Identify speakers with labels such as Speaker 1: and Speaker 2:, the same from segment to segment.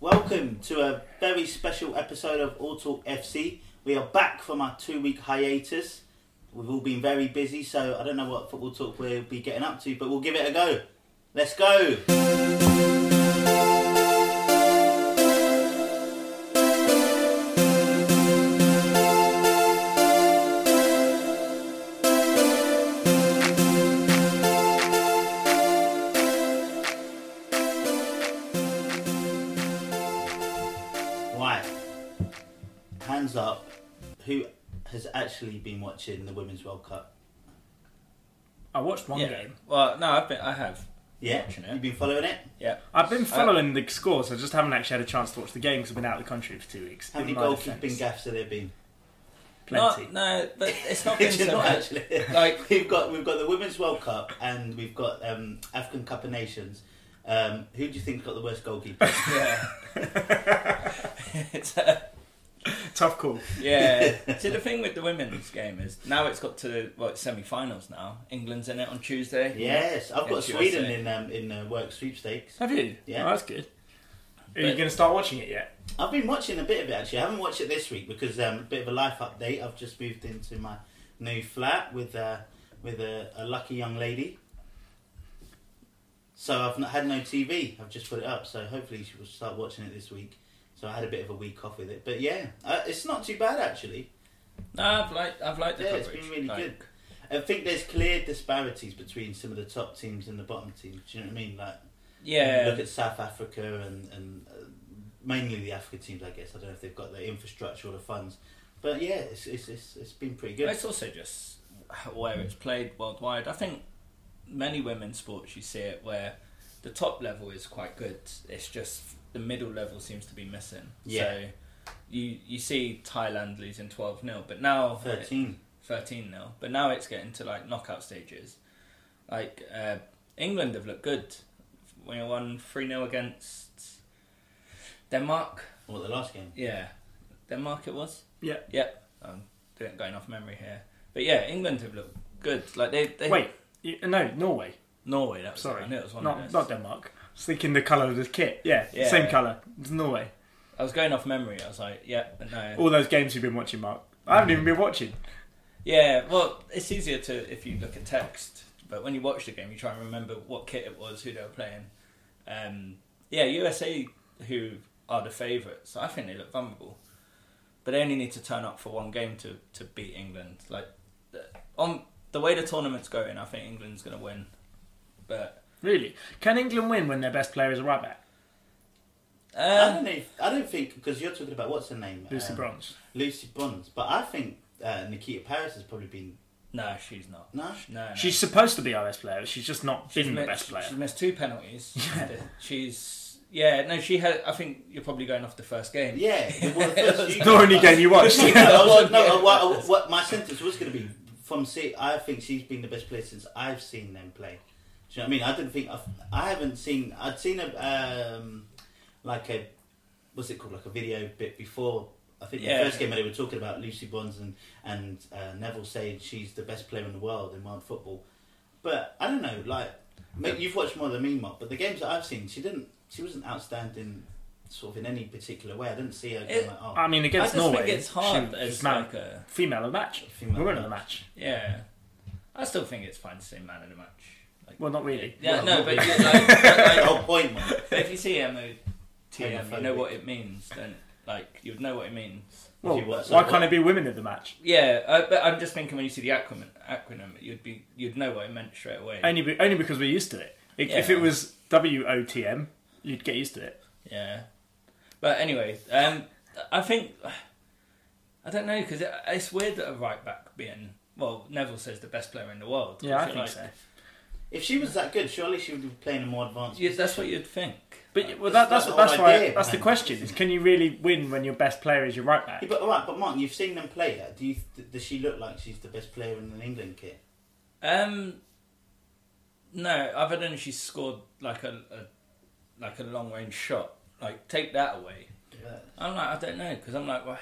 Speaker 1: Welcome to a very special episode of All Talk FC. We are back from our two week hiatus. We've all been very busy, so I don't know what football talk we'll be getting up to, but we'll give it a go. Let's go! Right. Hands up. Who has actually been watching the Women's World Cup?
Speaker 2: I watched one
Speaker 3: yeah.
Speaker 2: game.
Speaker 3: Well, no, I've been, I have.
Speaker 1: Yeah?
Speaker 3: Watching it.
Speaker 1: You've been following it?
Speaker 3: Yeah.
Speaker 2: I've been following the scores, I just haven't actually had a chance to watch the game because I've been out of the country for two weeks.
Speaker 1: How
Speaker 2: in
Speaker 1: many
Speaker 2: my defence.
Speaker 1: goalkeeping gaffes have there been?
Speaker 2: Plenty.
Speaker 3: Not, no, but it's not been
Speaker 1: It's
Speaker 3: so
Speaker 1: not
Speaker 3: bad.
Speaker 1: actually.
Speaker 3: Like,
Speaker 1: We've got we've got the Women's World Cup and we've got um, African Cup of Nations. Um, who do you think's got the worst goalkeeper?
Speaker 3: yeah. it's, uh,
Speaker 2: Tough call.
Speaker 3: yeah. See, the thing with the women's game is now it's got to well, it's semi-finals now. England's in it on Tuesday.
Speaker 1: yes, I've got
Speaker 3: It's
Speaker 1: Sweden
Speaker 3: USA.
Speaker 1: in um, in uh, work sweepstakes.
Speaker 2: Have you?
Speaker 1: Yeah.
Speaker 2: Oh, that's good. Are you
Speaker 3: But-
Speaker 2: going to start watching it yet?
Speaker 1: I've been watching a bit of it actually. I haven't watched it this week because um, a bit of a life update. I've just moved into my new flat with uh, with a, a lucky young lady. So I've not had no TV. I've just put it up. So hopefully she will start watching it this week. So I had a bit of a week off with it, but yeah, uh, it's not too bad actually.
Speaker 3: No, I've liked, I've liked the
Speaker 1: Yeah, it's
Speaker 3: coverage.
Speaker 1: been really
Speaker 3: Like,
Speaker 1: good. I think there's clear disparities between some of the top teams and the bottom teams. Do you know what I mean? Like,
Speaker 3: Yeah.
Speaker 1: look at South Africa and and uh, mainly the African teams. I guess I don't know if they've got the infrastructure or the funds, but yeah, it's it's it's, it's been pretty good.
Speaker 3: It's also just where it's played worldwide. I think many women's sports you see it where the top level is quite good. It's just the middle level seems to be missing.
Speaker 1: Yeah.
Speaker 3: So you you see Thailand losing twelve 0 but now
Speaker 1: Thirteen.
Speaker 3: 13 0 but now it's getting to like knockout stages. Like uh, England have looked good. We won three 0 against Denmark.
Speaker 1: Or the last game.
Speaker 3: Yeah, Denmark it was.
Speaker 2: Yeah.
Speaker 3: Yep. Um, I'm doing going off memory here, but yeah, England have looked good. Like they, they
Speaker 2: Wait. You, no, Norway.
Speaker 3: Norway. That was
Speaker 2: Sorry.
Speaker 3: I knew it was one of
Speaker 2: Not,
Speaker 3: those.
Speaker 2: not Denmark. I was thinking the colour of the kit. Yeah,
Speaker 3: Yeah.
Speaker 2: same colour. It's Norway.
Speaker 3: I was going off memory. I was like, yeah, Mm. but no.
Speaker 2: All those games you've been watching, Mark. I haven't even been watching.
Speaker 3: Yeah, well, it's easier to if you look at text, but when you watch the game, you try and remember what kit it was, who they were playing. Um, yeah, USA, who are the favourites, I think they look vulnerable, but they only need to turn up for one game to, to beat England. Like the- on the way the tournament's going, I think England's going to win, but
Speaker 2: Really? Can England win when their best player is a rabbit?
Speaker 1: I
Speaker 3: uh,
Speaker 1: don't know. If, I don't think because you're talking about what's her name,
Speaker 2: Lucy
Speaker 1: Um,
Speaker 2: Bronze.
Speaker 1: Lucy Bronze. But I think uh, Nikita Paris has probably been
Speaker 3: no, she's not.
Speaker 1: no.
Speaker 3: No, no.
Speaker 2: She's supposed to be our best player. but She's just not been the
Speaker 3: missed,
Speaker 2: best player.
Speaker 3: She's missed two penalties.
Speaker 2: Yeah.
Speaker 3: She's yeah, no, she had. I think you're probably going off the first game.
Speaker 1: Yeah, it was
Speaker 3: It
Speaker 1: first
Speaker 3: was
Speaker 1: you-
Speaker 2: The only game you watched.
Speaker 1: no, I was- no,
Speaker 3: Yeah.
Speaker 1: uh, what, uh, what my sentence was going to be from see, I think she's been the best player since I've seen them play. Do you know what I mean? I didn't think I've, I haven't seen. I'd seen a um, like a what's it called like a video bit before. I think
Speaker 3: Yeah.
Speaker 1: the first game where they were talking about Lucy Bonds and and uh, Neville saying she's the best player in the world in world football. But I don't know, like mate, you've watched more than me, Mark. But the games that I've seen, she didn't. She wasn't outstanding, sort of in any particular way. I didn't see her going
Speaker 3: It-
Speaker 1: like, oh,
Speaker 2: I mean,
Speaker 3: I
Speaker 2: against
Speaker 3: just
Speaker 2: Norway,
Speaker 3: think it's hard
Speaker 2: she
Speaker 3: as
Speaker 2: was man,
Speaker 3: like a
Speaker 2: female of the match,
Speaker 1: Female
Speaker 2: woman
Speaker 1: of
Speaker 2: of
Speaker 1: the
Speaker 2: the match.
Speaker 3: yeah. I still think it's fine to say man of the match. Like,
Speaker 2: Well, not really.
Speaker 3: yeah,
Speaker 1: well,
Speaker 3: no,
Speaker 1: not
Speaker 3: but
Speaker 1: really.
Speaker 3: you- like, but,
Speaker 1: the
Speaker 3: like,
Speaker 1: whole point, man.
Speaker 3: but if you see MOTM, you know
Speaker 1: Homophobic.
Speaker 3: what it means. Then like you'd know what it means.
Speaker 2: Well,
Speaker 1: you were- so
Speaker 2: why
Speaker 1: what-
Speaker 2: can't it be women of the match?
Speaker 3: Yeah, uh, but I'm just thinking when you see the acronym, acronym, you'd be you'd know what it meant straight away.
Speaker 2: Only, be, only because we're used to it. If, if
Speaker 3: Yeah.
Speaker 2: it was WOTM, you'd get used to it.
Speaker 3: Yeah. But anyway, um, I think I don't know because it, it's weird that a right back being well, Neville says the best player in the world. 'cause
Speaker 2: Yeah, I
Speaker 3: you're
Speaker 2: think
Speaker 3: like-
Speaker 2: so.
Speaker 1: If she was that good, surely she would be playing a more advanced.
Speaker 3: Yeah, that's what you'd think.
Speaker 2: But well,
Speaker 1: that's-
Speaker 2: that,
Speaker 1: that's
Speaker 2: that's
Speaker 1: the
Speaker 2: that's
Speaker 1: whole
Speaker 2: why
Speaker 1: idea
Speaker 2: that's the
Speaker 1: behind
Speaker 2: question: is can you really win when your best player is your right back?
Speaker 1: Yeah, but all right, but Mark, you've seen them play. Her. Do you? th- Does she look like she's the best player in an England kit?
Speaker 3: Um, no, other than she scored like a, a like a long range shot. Like take that away. I'm like I don't know because I'm like well,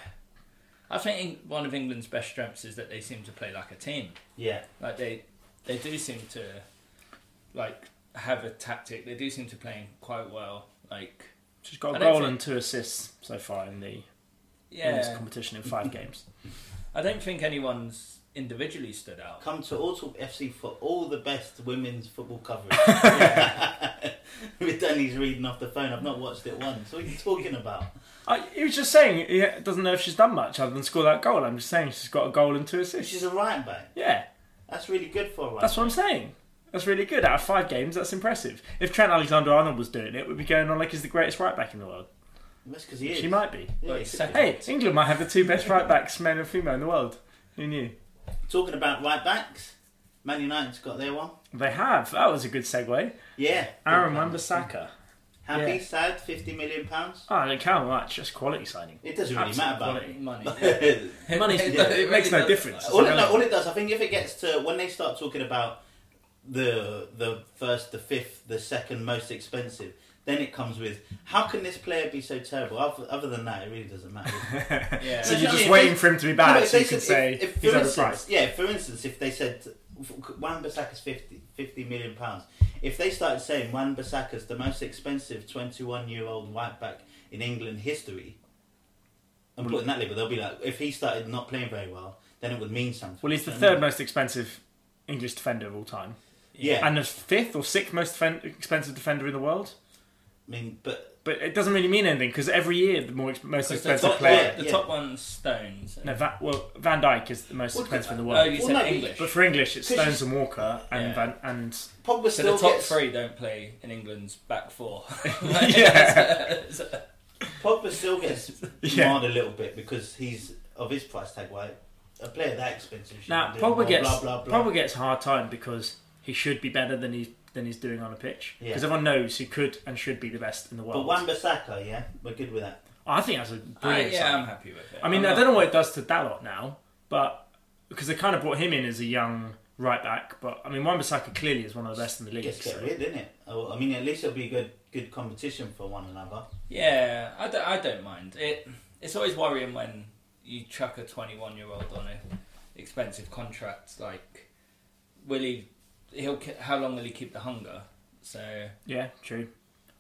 Speaker 3: I think Eng- one of England's best strengths is that they seem to play like a team.
Speaker 1: Yeah,
Speaker 3: Like they, they do seem to, like have a tactic. They do seem to play quite well. Like
Speaker 2: She's got
Speaker 3: I
Speaker 2: a
Speaker 3: don't
Speaker 2: goal
Speaker 3: think-
Speaker 2: and two assists so far in the in this
Speaker 3: Yeah,
Speaker 2: competition in five games.
Speaker 3: I don't think anyone's individually stood out.
Speaker 1: Come to All Talk FC for all the best women's football coverage. With Danny's reading off the phone, I've not watched it once. What are you talking about?
Speaker 2: I, he was just saying he doesn't know if she's done much other than score that goal. I'm just saying she's got a goal and two assists.
Speaker 1: She's a right back.
Speaker 2: yeah,
Speaker 1: That's really good for a right.
Speaker 2: that's what I'm saying. That's really good. Out of five games, that's impressive. If Trent Alexander-Arnold was doing it, we'd be going on like he's the greatest right back in the world.
Speaker 1: That's because he is.
Speaker 2: She might be.
Speaker 1: Yeah,
Speaker 3: Well,
Speaker 1: he
Speaker 3: he's
Speaker 1: could
Speaker 3: second.
Speaker 1: be.
Speaker 2: Hey, England might have the two best right backs, men and female, in the world. Who knew?
Speaker 1: Talking about right backs, Man United's got their one.
Speaker 2: They have. That was a good segue.
Speaker 1: Yeah.
Speaker 2: Aaron Wan-Bissaka.
Speaker 1: Happy,
Speaker 2: yeah.
Speaker 1: sad, fifty million pounds.
Speaker 2: Oh, I don't count much. Just quality signing.
Speaker 1: It doesn't really
Speaker 2: Absolute
Speaker 1: matter about
Speaker 2: quality.
Speaker 3: Money.
Speaker 1: it.
Speaker 2: Money-
Speaker 3: It
Speaker 1: yeah, it
Speaker 3: really
Speaker 2: makes no
Speaker 3: does.
Speaker 2: difference.
Speaker 1: all, it, no, all it does, I think, if it gets to when they start talking about the the first, the fifth, the second most expensive, then it comes with how can this player be so terrible? Other, other than that, it really doesn't matter.
Speaker 3: Yeah.
Speaker 2: So
Speaker 1: No,
Speaker 2: you're
Speaker 1: no,
Speaker 2: just
Speaker 1: if
Speaker 2: waiting
Speaker 1: they-
Speaker 2: for him to be
Speaker 1: No,
Speaker 2: bad,
Speaker 1: but
Speaker 2: so
Speaker 1: they
Speaker 2: you can
Speaker 1: said-
Speaker 2: say
Speaker 1: if- if,
Speaker 2: he's
Speaker 1: for
Speaker 2: overpriced.
Speaker 1: instance, yeah, for instance, if they said Wan Bissaka's 50, 50 million pounds, if they started saying Wan Bissaka's the most expensive twenty-one year old white back in England history, and putting that label, they'll be like, if he started not playing very well, then it would mean something.
Speaker 2: Well, he's the
Speaker 1: You know what I
Speaker 2: third
Speaker 1: mean?
Speaker 2: most expensive English defender of all time,
Speaker 1: Yeah,
Speaker 2: and the fifth or sixth most defen- expensive defender in the world.
Speaker 1: I mean, but
Speaker 2: But it doesn't really mean anything because every year the more ex- most
Speaker 3: Because the
Speaker 2: expensive
Speaker 3: top,
Speaker 2: player.
Speaker 1: yeah.
Speaker 3: the top one's Stones.
Speaker 2: No, Va- well, Van Dijk is the most
Speaker 1: Well,
Speaker 2: expensive in the
Speaker 3: oh,
Speaker 2: world.
Speaker 3: you
Speaker 1: Well,
Speaker 3: said
Speaker 1: no,
Speaker 3: English.
Speaker 2: But for English, it's
Speaker 1: 'Cause
Speaker 2: Stones and Walker and
Speaker 3: Yeah.
Speaker 2: Van and
Speaker 1: Pogba
Speaker 3: So
Speaker 1: still
Speaker 3: the top
Speaker 1: gets
Speaker 3: three don't play in England's back four.
Speaker 2: Yeah.
Speaker 1: Pogba still gets
Speaker 2: Yeah.
Speaker 1: marred a little bit because he's of his price tag. Why a player that expensive? should
Speaker 2: Now
Speaker 1: be doing
Speaker 2: Pogba
Speaker 1: more,
Speaker 2: gets
Speaker 1: blah, blah, blah.
Speaker 2: Pogba gets a hard time because he should be better than he's than he's doing on a pitch
Speaker 1: Yeah.
Speaker 2: because everyone knows he could and should be the best in the
Speaker 1: But
Speaker 2: world.
Speaker 1: Wan Bissaka, yeah, we're good with that.
Speaker 2: I think that's a
Speaker 3: I,
Speaker 2: brilliant.
Speaker 3: yeah,
Speaker 2: signing.
Speaker 3: I'm happy with it.
Speaker 2: I mean,
Speaker 3: I'm
Speaker 2: I don't know what it does to Dalot now, but because they kind of brought him in as a young right back. But I mean, Wan-Bissaka clearly is one of the best in the league.
Speaker 1: Gets
Speaker 2: so-
Speaker 1: get rid, isn't it? Oh, I mean, at least it'll be good, good competition for one another.
Speaker 3: Yeah, I don't, I don't mind. It it's always worrying when you chuck a 21 year old on a expensive contract. Like, will he? He'll ki- how long will he keep the hunger? So
Speaker 2: Yeah, true.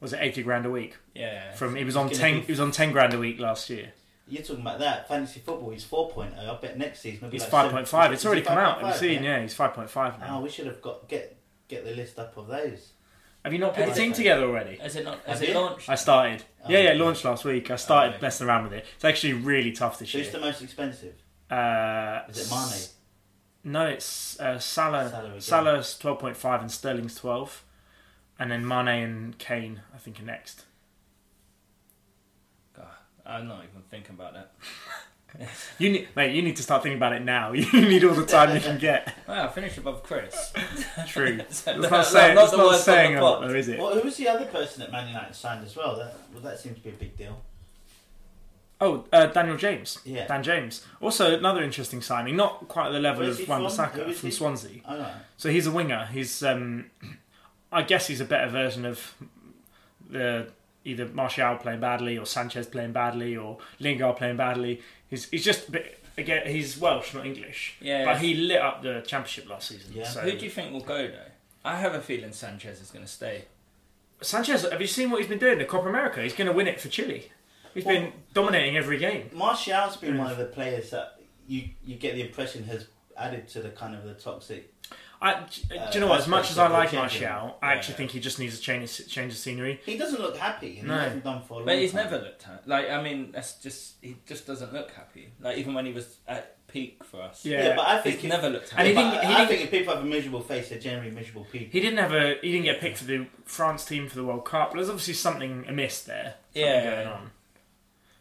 Speaker 2: Was it eighty grand a week?
Speaker 3: yeah,
Speaker 2: From he was on
Speaker 1: Gonna
Speaker 2: ten.
Speaker 1: be-
Speaker 2: He was on ten grand a week last year.
Speaker 1: You're talking about that fantasy football. He's 4.0. oh. I bet next season it'll be
Speaker 2: He's
Speaker 1: like
Speaker 2: five point five. It's
Speaker 1: seven-
Speaker 2: already
Speaker 1: is he
Speaker 2: come out. Have you
Speaker 1: 5.5,
Speaker 2: seen? Yeah, he's five point five now.
Speaker 1: Oh, we should have got get get the list up of those.
Speaker 2: Have you not put the
Speaker 3: Has
Speaker 2: team
Speaker 1: it-
Speaker 2: together already?
Speaker 3: has it not?
Speaker 1: Have
Speaker 3: Has
Speaker 1: you?
Speaker 3: it launched?
Speaker 2: I started.
Speaker 1: Oh,
Speaker 2: yeah, yeah, it
Speaker 1: okay.
Speaker 2: launched last week. I started
Speaker 3: Oh, okay.
Speaker 2: messing around with it. It's actually really tough this
Speaker 1: Who's
Speaker 2: year.
Speaker 1: the most expensive?
Speaker 2: Uh,
Speaker 1: Is it Mane?
Speaker 2: s- No, it's uh, Salah.
Speaker 1: Salah again.
Speaker 2: Salah's twelve point five and Sterling's twelve, and then Mane and Kane. I think are next.
Speaker 3: God, I'm not even thinking about that.
Speaker 2: You need, mate. You need to start thinking about it now. You need all the time you can get.
Speaker 3: Wow, I finished above Chris.
Speaker 2: True. That's
Speaker 3: So,
Speaker 2: not
Speaker 3: no,
Speaker 2: saying.
Speaker 3: not
Speaker 2: That's
Speaker 3: the
Speaker 2: not
Speaker 3: worst on
Speaker 2: saying
Speaker 3: the
Speaker 2: a
Speaker 3: pot.
Speaker 2: lot, though, is it?
Speaker 1: Well, who was the other person that Man United signed as well? That well, that seems to be a big deal.
Speaker 2: Oh, uh, Daniel James.
Speaker 1: Yeah.
Speaker 2: Dan James. Also another interesting signing. Not quite at the level
Speaker 1: Where's
Speaker 2: of
Speaker 1: he from?
Speaker 2: Wan
Speaker 1: Who
Speaker 2: Bissaka
Speaker 1: is
Speaker 2: from
Speaker 1: he?
Speaker 2: Swansea.
Speaker 1: I don't know.
Speaker 2: So he's a winger. He's, um, I guess, he's a better version of the either Martial playing badly or Sanchez playing badly or Lingard playing badly. He's he's just a bit again. He's Welsh, not English.
Speaker 3: Yeah.
Speaker 2: But he lit up the championship last season.
Speaker 1: Yeah.
Speaker 2: So
Speaker 3: Who do you think will go though? I have a feeling Sanchez is going to stay.
Speaker 2: Sanchez, have you seen what he's been doing? The Copa America. He's going to win it for Chile. He's been dominating every game.
Speaker 1: Martial's been one of the players that you you get the impression has added to the kind of the toxic.
Speaker 2: I, do
Speaker 1: Uh,
Speaker 2: you know what? As
Speaker 1: that's
Speaker 2: much
Speaker 1: what
Speaker 2: as I
Speaker 1: they're
Speaker 2: like
Speaker 1: changing.
Speaker 2: Martial, I actually
Speaker 3: Yeah.
Speaker 2: think he just needs a change change of scenery.
Speaker 1: He doesn't look happy. and
Speaker 2: No.
Speaker 1: he hasn't done for a long
Speaker 3: But he's
Speaker 1: time.
Speaker 3: never looked ha- like I mean that's just he just doesn't look happy. Like even when he was at peak for us,
Speaker 2: Yeah.
Speaker 1: Yeah, but I think
Speaker 3: he's
Speaker 1: if,
Speaker 3: never looked
Speaker 2: And
Speaker 1: Yeah,
Speaker 2: he
Speaker 3: happy.
Speaker 1: but
Speaker 2: didn't- he
Speaker 1: I
Speaker 2: didn't-
Speaker 1: think if people have a miserable face, they're generally miserable people.
Speaker 2: He didn't have a he didn't get picked for the France team for the World Cup, but there's obviously something amiss there. Something
Speaker 3: Yeah.
Speaker 2: going on.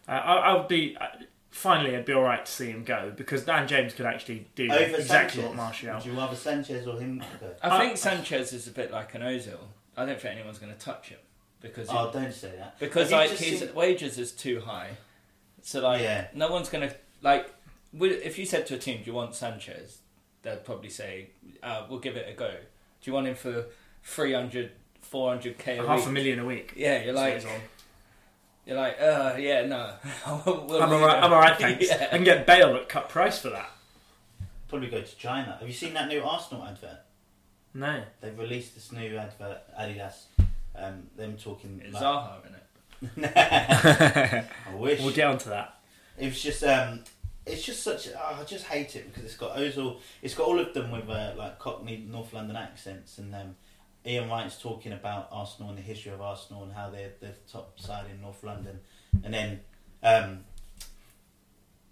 Speaker 2: Uh, I, I would be uh, finally I'd be all right to see him go because Dan James could actually do
Speaker 1: Over
Speaker 2: exactly
Speaker 1: Sanchez,
Speaker 2: what Martial.
Speaker 1: Would you rather Sanchez or him? Go?
Speaker 3: I,
Speaker 2: I-
Speaker 3: think Sanchez is a bit like an Ozil. I don't think anyone's going to touch him because he-
Speaker 1: Oh, don't say that. Have
Speaker 3: because
Speaker 1: you
Speaker 3: like
Speaker 1: just
Speaker 3: his
Speaker 1: seen-
Speaker 3: wages is too high. So like
Speaker 1: Yeah.
Speaker 3: no one's going to like would- if you said to a team, "Do you want Sanchez?" They'd probably say, uh, "We'll give it a go." Do you want him for 300, 400 k a
Speaker 2: Half
Speaker 3: week?
Speaker 2: a million a week.
Speaker 3: Yeah, you're
Speaker 2: So
Speaker 3: like
Speaker 2: he's on.
Speaker 3: you're like, uh, yeah, no. We'll
Speaker 2: I'm all
Speaker 3: leave
Speaker 2: right.
Speaker 3: him."
Speaker 2: I'm all right. Thanks.
Speaker 3: Yeah.
Speaker 2: I can get Bale at cut price for that.
Speaker 1: Probably go to China. Have you seen that new Arsenal advert?
Speaker 2: No.
Speaker 1: They've released this new advert, Adidas. Um, them talking.
Speaker 3: It's
Speaker 1: like-
Speaker 3: Zaha in it.
Speaker 1: I wish.
Speaker 2: We'll get onto that.
Speaker 1: It's just um, it's just such. Oh, I just hate it because it's got Ozil. It's got all of them with uh, like Cockney North London accents, and um, Ian Wright's talking about Arsenal and the history of Arsenal and how they're the top side in North London, and then um,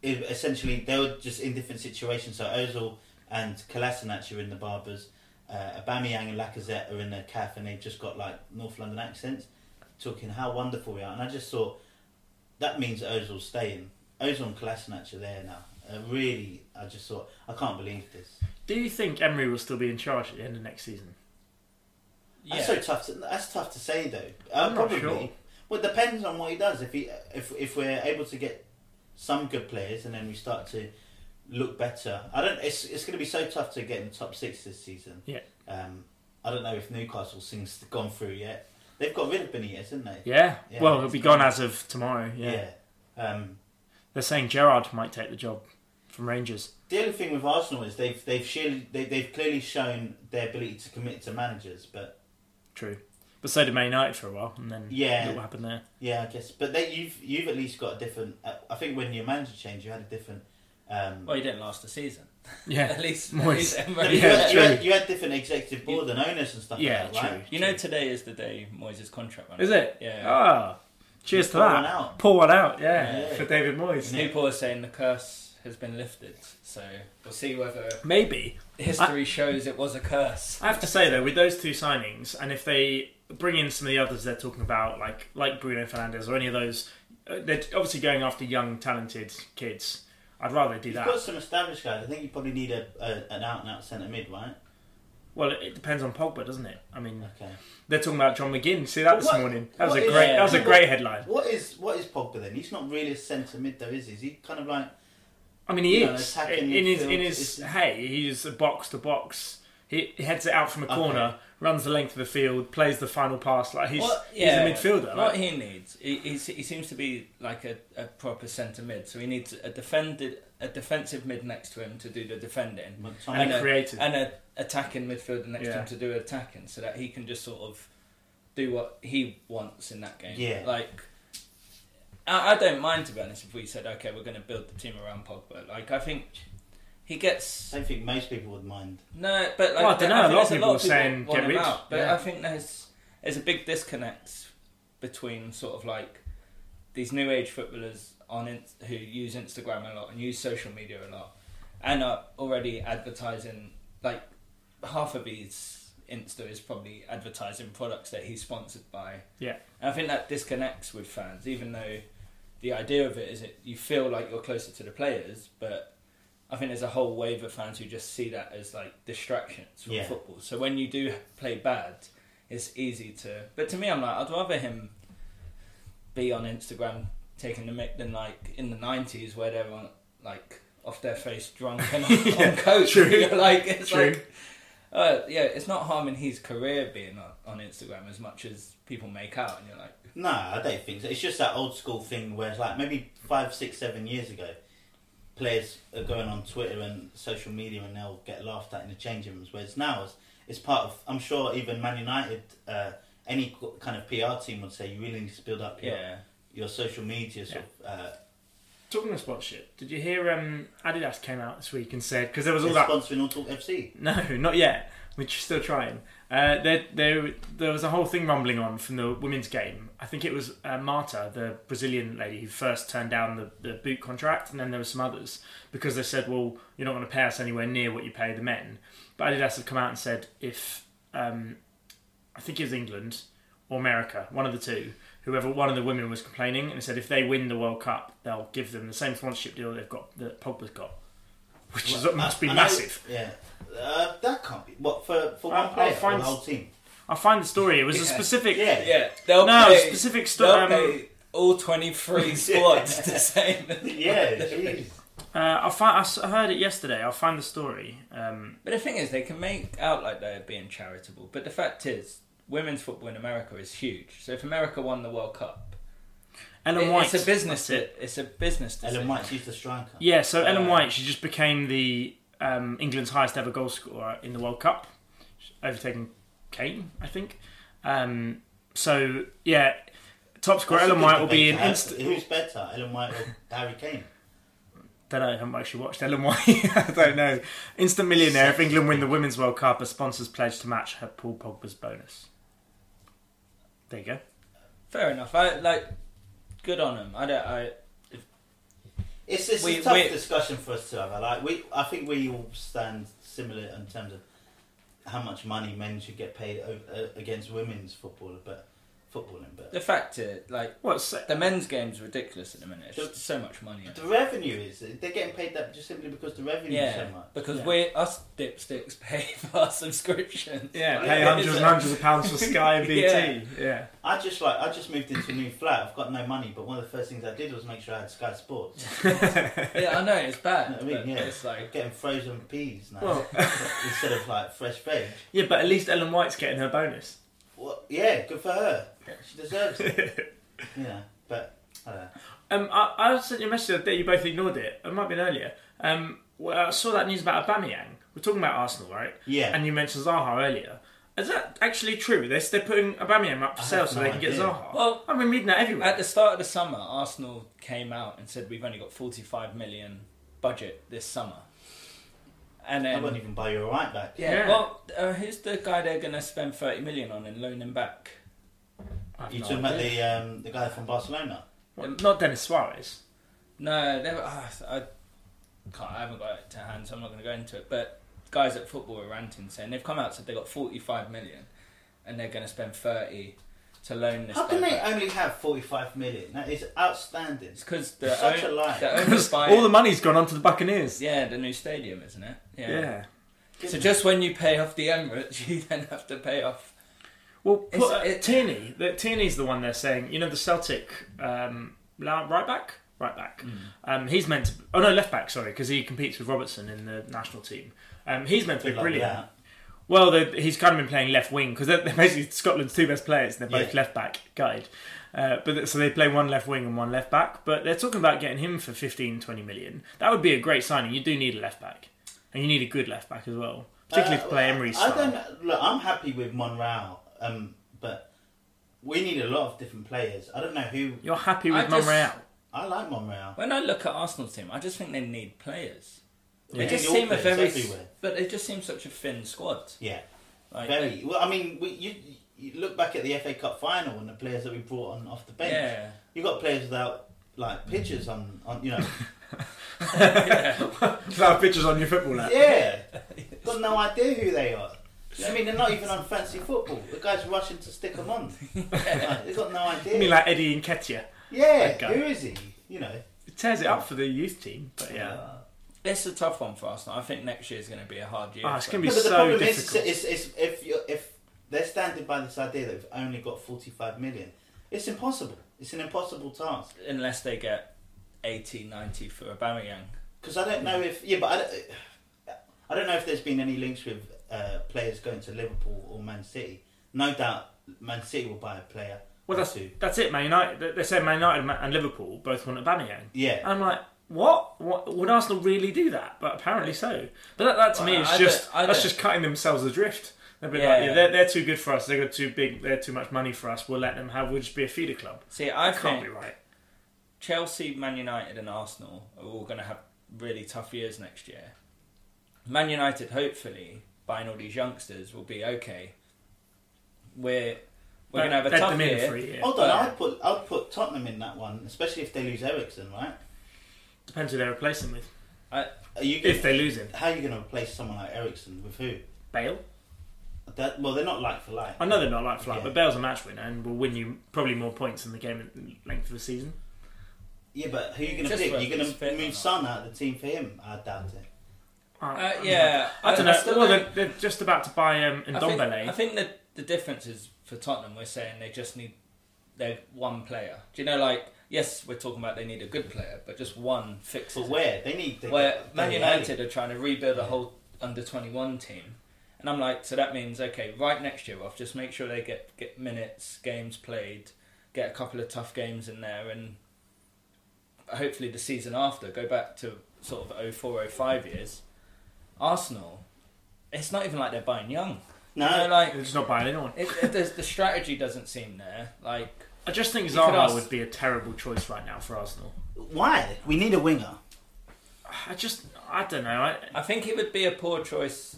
Speaker 1: it, essentially they were just in different situations. So Ozil and Kolasinac are in the Barbers. Uh, Aubameyang and Lacazette are in the calf, and they've just got like North London accents, talking how wonderful we are. And I just thought that means Ozil's staying. Ozil and Kolasinac are there now. Uh, really, I just thought I can't believe this.
Speaker 2: Do you think Emery will still be in charge at the end of next season?
Speaker 3: Yeah.
Speaker 1: That's so tough. To, that's tough to say though. Uh,
Speaker 2: I'm not
Speaker 1: probably.
Speaker 2: sure.
Speaker 1: Well, it depends on what he does. If he, if if we're able to get some good players, and then we start to look better. I don't. It's it's going to be so tough to get in the top six this season.
Speaker 2: Yeah.
Speaker 1: Um, I don't know if Newcastle things gone through yet. They've got rid of Benitez, didn't they?
Speaker 2: Yeah.
Speaker 1: Yeah.
Speaker 2: Well, he'll be gone as of tomorrow. Yeah.
Speaker 1: Yeah. Um,
Speaker 2: They're saying Gerard might take the job from Rangers.
Speaker 1: the only thing with Arsenal is they've they've surely, they, they've clearly shown their ability to commit to managers, but
Speaker 2: True. But so did Man United for a while, and then
Speaker 1: Yeah.
Speaker 2: look what happened there.
Speaker 1: Yeah, I guess. But they, you've you've at least got a different. Uh, I think when your manager changed, you had a different. Um,
Speaker 3: Well, he didn't last a season. at
Speaker 2: Yeah.
Speaker 3: least, at
Speaker 2: Moyes.
Speaker 3: least
Speaker 1: no, but
Speaker 3: Emery-
Speaker 1: you,
Speaker 2: yeah,
Speaker 1: had, you,
Speaker 2: true.
Speaker 1: had, you had different executive board and owners and stuff.
Speaker 2: Yeah,
Speaker 1: like that,
Speaker 2: true.
Speaker 1: Right?
Speaker 3: You know, today is the day Moyes' contract runs.
Speaker 2: Is it?
Speaker 3: Yeah.
Speaker 2: Ah. cheers
Speaker 1: You
Speaker 2: to
Speaker 1: pour
Speaker 2: that.
Speaker 1: one out.
Speaker 2: Pour one out. Yeah.
Speaker 1: Yeah.
Speaker 2: For David Moyes.
Speaker 1: Yeah.
Speaker 3: People are saying the curse has been lifted, so we'll see whether
Speaker 2: Maybe.
Speaker 3: history shows it was a curse.
Speaker 2: I have to say though, with those two signings, and if they bring in some of the others they're talking about, like like Bruno Fernandes or any of those, uh, they're obviously going after young, talented kids. I'd rather they do
Speaker 1: You've
Speaker 2: that.
Speaker 1: got some established guys. I think you probably need a, a an out and out centre mid, right?
Speaker 2: Well, it, it depends on Pogba, doesn't it? I mean,
Speaker 1: Okay.
Speaker 2: they're talking about John McGinn. See that
Speaker 1: But
Speaker 2: this
Speaker 1: what-
Speaker 2: morning. That was
Speaker 1: what
Speaker 2: a
Speaker 1: is-
Speaker 2: great. That was a
Speaker 1: Yeah.
Speaker 2: great headline.
Speaker 1: What is what is Pogba then? He's not really a centre mid though, is he? Is he kind of like
Speaker 2: I mean, he
Speaker 1: You know,
Speaker 2: is
Speaker 1: attacking
Speaker 2: in, in his in
Speaker 1: midfield
Speaker 2: his
Speaker 1: is-
Speaker 2: hey. He's a box to box. He, he heads it out from a
Speaker 1: Okay.
Speaker 2: corner, runs the length of the field, plays the final pass. Like he's
Speaker 3: What- yeah,
Speaker 2: he's a midfielder.
Speaker 3: What
Speaker 2: Right?
Speaker 3: he needs, he, he's, he seems to be like a, a proper centre mid, so he needs a defended a defensive mid next to him to do the defending,
Speaker 1: McTominay?
Speaker 2: And
Speaker 3: I
Speaker 2: a
Speaker 3: know.
Speaker 2: creative.
Speaker 3: and a attacking midfielder next to
Speaker 2: Yeah.
Speaker 3: him to do attacking, so that he can just sort of do what he wants in that game.
Speaker 1: Yeah.
Speaker 3: like. I I don't mind to be honest if we said okay we're going to build the team around Pogba like I think he gets
Speaker 1: I don't think most people would mind.
Speaker 3: No, but like,
Speaker 2: Well, I dunno,
Speaker 3: think
Speaker 2: a lot of
Speaker 3: there's
Speaker 2: people are saying
Speaker 3: want
Speaker 2: get
Speaker 3: him
Speaker 2: rid.
Speaker 3: out, but
Speaker 2: Yeah.
Speaker 3: I think there's there's a big disconnect between sort of like these new age footballers on in, who use Instagram a lot and use social media a lot, and are already advertising like half of his Insta is probably advertising products that he's sponsored by.
Speaker 2: Yeah.
Speaker 3: and I think that disconnects with fans, even though the idea of it is it you feel like you're closer to the players, but I think there's a whole wave of fans who just see that as like distractions from
Speaker 1: Yeah.
Speaker 3: football. So when you do play bad, it's easy to. But to me, I'm like, I'd rather him be on Instagram taking the mic than like in the '90s where they were like off their face drunk and on,
Speaker 2: Yeah,
Speaker 3: coke.
Speaker 2: true.
Speaker 3: You're like it's
Speaker 2: True.
Speaker 3: like. Uh, yeah, it's not harming his career being on, on Instagram as much as people make out, and you're like,
Speaker 1: No, I don't think so. It's just that old school thing where it's like maybe five, six, seven years ago, players are going on Twitter and social media and they'll get laughed at in the changing rooms. Whereas now it's, it's part of, I'm sure even Man United, uh, any co- kind of PR team would say you really need to build up your,
Speaker 3: yeah,
Speaker 1: your social media. Sort of, uh,
Speaker 2: Talking of sponsorship, did you hear um, Adidas came out this week and said because there was all
Speaker 1: they're
Speaker 2: that
Speaker 1: sponsoring All Talk FC.
Speaker 2: no, not yet. We're just still trying. Uh, there, there, there was a whole thing rumbling on from the women's game. I think it was uh, Marta, the Brazilian lady, who first turned down the, the boot contract, and then there were some others because they said, "Well, you're not going to pay us anywhere near what you pay the men." But Adidas have come out and said, if um, I think it was England or America, one of the two, whoever one of the women was complaining, and said if they win the World Cup, they'll give them the same sponsorship deal they've got that Pogba's got, which is, uh, must be
Speaker 1: I- I know-
Speaker 2: massive.
Speaker 1: Yeah. Uh, that can't be. What, for, for
Speaker 2: I'll-
Speaker 1: one
Speaker 2: I'll
Speaker 1: player or
Speaker 2: find-
Speaker 1: the whole team?
Speaker 2: I find the story. It was a
Speaker 3: Yeah.
Speaker 2: specific.
Speaker 1: Yeah.
Speaker 3: yeah. They'll
Speaker 2: No,
Speaker 3: pay,
Speaker 2: specific
Speaker 3: they'll
Speaker 2: story. Um,
Speaker 3: pay all 23 squads to say that.
Speaker 1: Yeah, jeez.
Speaker 2: uh, I, find, I s- I heard it yesterday. I'll find the story. Um,
Speaker 3: But the thing is, they can make out like they're being charitable. But the fact is, women's football in America is huge. So if America won the World Cup,
Speaker 2: Ellen
Speaker 3: it-
Speaker 2: White.
Speaker 3: it's a business.
Speaker 2: that's it.
Speaker 3: de- it's a business.
Speaker 1: Ellen
Speaker 3: decision.
Speaker 1: White, she's the striker.
Speaker 2: Yeah, so Ellen
Speaker 3: Uh,
Speaker 2: White, she just became the um, England's highest ever goal scorer in the World Cup, overtaking Kane, I think. Um, so yeah, top scorer
Speaker 1: That's a
Speaker 2: Ellen
Speaker 1: good
Speaker 2: White will be
Speaker 1: debate
Speaker 2: in
Speaker 1: to have.
Speaker 2: instant.
Speaker 1: Who's better, Ellen White or Harry Kane?
Speaker 2: Don't know. I haven't actually watched Ellen White. I don't know. Instant millionaire if England win the Women's World Cup. A sponsors pledge to match her Paul Pogba's bonus. There you go.
Speaker 3: Fair enough. I like. Good on him. I don't. I
Speaker 1: It's, it's
Speaker 3: We-
Speaker 1: a tough
Speaker 3: we-
Speaker 1: discussion for us to have. I Like we, I think we all stand similar in terms of how much money men should get paid o- uh, against women's football, but footballing. But
Speaker 3: the fact is, like
Speaker 2: What's
Speaker 3: the men's game's ridiculous at the minute. It's just so much money. in it.
Speaker 1: the revenue is they're getting paid that just simply because the revenue is
Speaker 3: Yeah,
Speaker 1: so much.
Speaker 3: because
Speaker 2: Yeah.
Speaker 3: we us dipsticks pay for our subscriptions.
Speaker 2: yeah?
Speaker 1: Like,
Speaker 2: Pay
Speaker 1: yeah,
Speaker 2: hundreds
Speaker 1: it's
Speaker 2: and
Speaker 1: a-
Speaker 2: hundreds of pounds for Sky and BT.
Speaker 3: Yeah.
Speaker 2: yeah.
Speaker 1: I just like I just moved into a new flat. I've got no money, but one of the first things I did was make sure I had Sky Sports.
Speaker 3: yeah, I know it's
Speaker 1: You know
Speaker 3: bad.
Speaker 1: what I mean,
Speaker 3: but
Speaker 1: yeah,
Speaker 3: It's like
Speaker 1: getting frozen peas now
Speaker 2: Well-
Speaker 1: instead of like fresh veg.
Speaker 2: Yeah, but at least Ellen White's getting her bonus.
Speaker 1: Well, yeah, good for her. She deserves it. you know, but uh, I don't know.
Speaker 2: Um, I, I sent you a message the other day. You both ignored it. It might have been earlier. Um, well, I saw that news about Aubameyang. We're talking about Arsenal, right?
Speaker 1: yeah.
Speaker 2: And you mentioned Zaha earlier. Is that actually true? They're, they're putting Aubameyang up for
Speaker 1: I
Speaker 2: sale
Speaker 1: have
Speaker 2: so
Speaker 1: no
Speaker 2: they can get
Speaker 1: idea.
Speaker 2: Zaha.
Speaker 3: Well-
Speaker 2: I've been reading that everywhere.
Speaker 3: At the start of the summer, Arsenal came out and said we've only got 45 million budget this summer. And
Speaker 1: I
Speaker 3: then,
Speaker 1: wouldn't even buy you a right back.
Speaker 3: yeah,
Speaker 2: Yeah.
Speaker 3: well, uh, who's the guy they're going to spend 30 million on and loan him back?
Speaker 2: I've
Speaker 1: You
Speaker 2: no
Speaker 1: talking about
Speaker 2: idea.
Speaker 1: the um, the guy from Barcelona?
Speaker 2: What, not Dennis Suarez.
Speaker 3: No, they were, ah, I can't. I haven't got it to hand, so I'm not going to go into it. But guys at football were ranting, saying they've come out said they got 45 million, and they're going to spend 30 to loan this.
Speaker 1: How can
Speaker 3: guy
Speaker 1: they
Speaker 3: back.
Speaker 1: only have forty five million? That is outstanding.
Speaker 3: It's because the
Speaker 1: Such
Speaker 3: own-
Speaker 1: a lie.
Speaker 3: the owners buy
Speaker 2: All the money's gone on to the Buccaneers.
Speaker 3: yeah the new stadium, isn't it?
Speaker 2: Yeah.
Speaker 3: So just when you pay off the Emirates, you then have to pay off.
Speaker 2: Well, put,
Speaker 3: It's-
Speaker 2: uh,
Speaker 3: it-
Speaker 2: Tierney. The, Tierney's the one they're saying. You know the Celtic um, la- right back, right back.
Speaker 1: Mm.
Speaker 2: Um, he's meant to. Oh no, left back. Sorry, because he competes with Robertson in the national team. Um, he's meant to be
Speaker 1: Good luck with
Speaker 2: brilliant.
Speaker 1: that.
Speaker 2: Well, the- he's kind of been playing left wing because they're, they're basically Scotland's two best players. They're both
Speaker 1: Yeah.
Speaker 2: left back guide. Uh, but th- so they play one left wing and one left back. But they're talking about getting him for 15, 20 million. That would be a great signing. You do need a left back, and you need a good left back as well, particularly to play
Speaker 1: Uh,
Speaker 2: Emery's
Speaker 1: I
Speaker 2: style.
Speaker 1: don't look. I'm happy with Monreal, um, but we need a lot of different players. I don't know who.
Speaker 2: You're happy with
Speaker 3: I just-
Speaker 2: Monreal?
Speaker 1: I like Monreal.
Speaker 3: When I look at Arsenal's team, I just think they need players. They
Speaker 1: Yeah.
Speaker 3: just
Speaker 1: They need
Speaker 3: seem a
Speaker 1: all
Speaker 3: very,
Speaker 1: players everywhere.
Speaker 3: but they just seem such a thin squad.
Speaker 1: Yeah,
Speaker 3: Like,
Speaker 1: very well. I mean, we, you, you look back at the FA Cup final and the players that we brought on off the bench.
Speaker 3: yeah,
Speaker 1: You got players without like pictures on, on you know.
Speaker 3: yeah.
Speaker 2: Cloud pictures on your football app.
Speaker 1: yeah, got no idea who they are. I mean, they're not even on fancy football. The guy's rushing to stick them on. Like, they've got no
Speaker 2: You mean
Speaker 1: idea.
Speaker 2: like Eddie Nketiah? that
Speaker 1: Yeah,
Speaker 2: guy.
Speaker 1: who is he? You know.
Speaker 2: It tears it up for the youth team, but yeah.
Speaker 3: It's a tough one for Arsenal. I think next year is going to be a hard year.
Speaker 2: Oh, it's
Speaker 3: for
Speaker 2: gonna be
Speaker 3: them.
Speaker 1: No, but the
Speaker 2: so
Speaker 1: problem
Speaker 2: difficult.
Speaker 1: is, is, is if you if they're standing by this idea that we've only got forty five million, it's impossible. It's an impossible task
Speaker 3: unless they get 80, 90 for Aubameyang.
Speaker 1: because I don't know if yeah, but I don't, I don't know if there's been any links with uh, players going to Liverpool or Man City. No doubt, Man City will buy a player.
Speaker 2: Well,
Speaker 1: or
Speaker 2: that's
Speaker 1: two.
Speaker 2: that's it. Man United. they- They said Man United and Ma- and Liverpool both want Aubameyang.
Speaker 1: yeah.
Speaker 2: I'm like, what? What would Arsenal really do that? But apparently so. But that, that to me
Speaker 3: Well,
Speaker 2: is
Speaker 3: I
Speaker 2: just
Speaker 3: don't- I
Speaker 2: that's
Speaker 3: don't-
Speaker 2: just cutting themselves adrift. They've been
Speaker 3: Yeah.
Speaker 2: like, yeah, they're, they're too good for us. They've got too big. They're too much money for us. We'll let them have. We'll just be a feeder club.
Speaker 3: See, I
Speaker 2: That can't
Speaker 3: think
Speaker 2: be right.
Speaker 3: Chelsea, Man United, and Arsenal are all going to have really tough years next year. Man United, hopefully, buying all these youngsters, will be okay. We're we're going to have a
Speaker 2: Bed
Speaker 3: tough
Speaker 2: them in
Speaker 3: year.
Speaker 2: for a year.
Speaker 1: Hold on,
Speaker 3: Yeah.
Speaker 1: I'd put I'd put Tottenham in that one, especially if they lose Ericsson, right?
Speaker 2: Depends who they're replacing with.
Speaker 1: Are you gonna,
Speaker 2: If they lose him,
Speaker 1: how are you going to replace someone like Ericsson with who?
Speaker 2: Bale.
Speaker 1: That, well, they're not like for like.
Speaker 2: I know they're not like for like,
Speaker 1: Yeah.
Speaker 2: but Bale's a match winner and will win you probably more points in the game length of the season.
Speaker 1: Yeah, but who are you going to
Speaker 3: Just
Speaker 1: pick?
Speaker 3: whether
Speaker 1: You're going
Speaker 3: he's fit
Speaker 1: to
Speaker 3: or
Speaker 1: move
Speaker 3: not.
Speaker 1: Son out of the team for him? I doubt it.
Speaker 3: Uh, yeah,
Speaker 2: I don't know.
Speaker 3: still
Speaker 2: well,
Speaker 3: don't-
Speaker 2: they're, they're just about to buy um,
Speaker 3: I think,
Speaker 2: Ndombele.
Speaker 3: I think that the difference is for Tottenham, we're saying they just need their one player. Do you know, like, yes, we're talking about they need a good player, but just one fixes
Speaker 1: But
Speaker 3: it.
Speaker 1: where they need they
Speaker 3: Where
Speaker 1: they
Speaker 3: Man
Speaker 1: need
Speaker 3: United are trying to rebuild a whole under 21 team. And I'm like, so that means, okay, right next year off, just make sure they get, get minutes, games played, get a couple of tough games in there, and hopefully the season after, go back to sort of 04, 05 years. Arsenal, it's not even like they're buying young.
Speaker 1: No,
Speaker 3: You know, like,
Speaker 2: They're just not buying anyone.
Speaker 3: it, it, there's, the strategy doesn't seem there. Like
Speaker 2: I just think
Speaker 3: You could
Speaker 2: Zaha
Speaker 3: ask-
Speaker 2: would be a terrible choice right now for Arsenal.
Speaker 1: Why? We need a winger.
Speaker 2: I just, I don't know. I,
Speaker 3: I think it would be a poor choice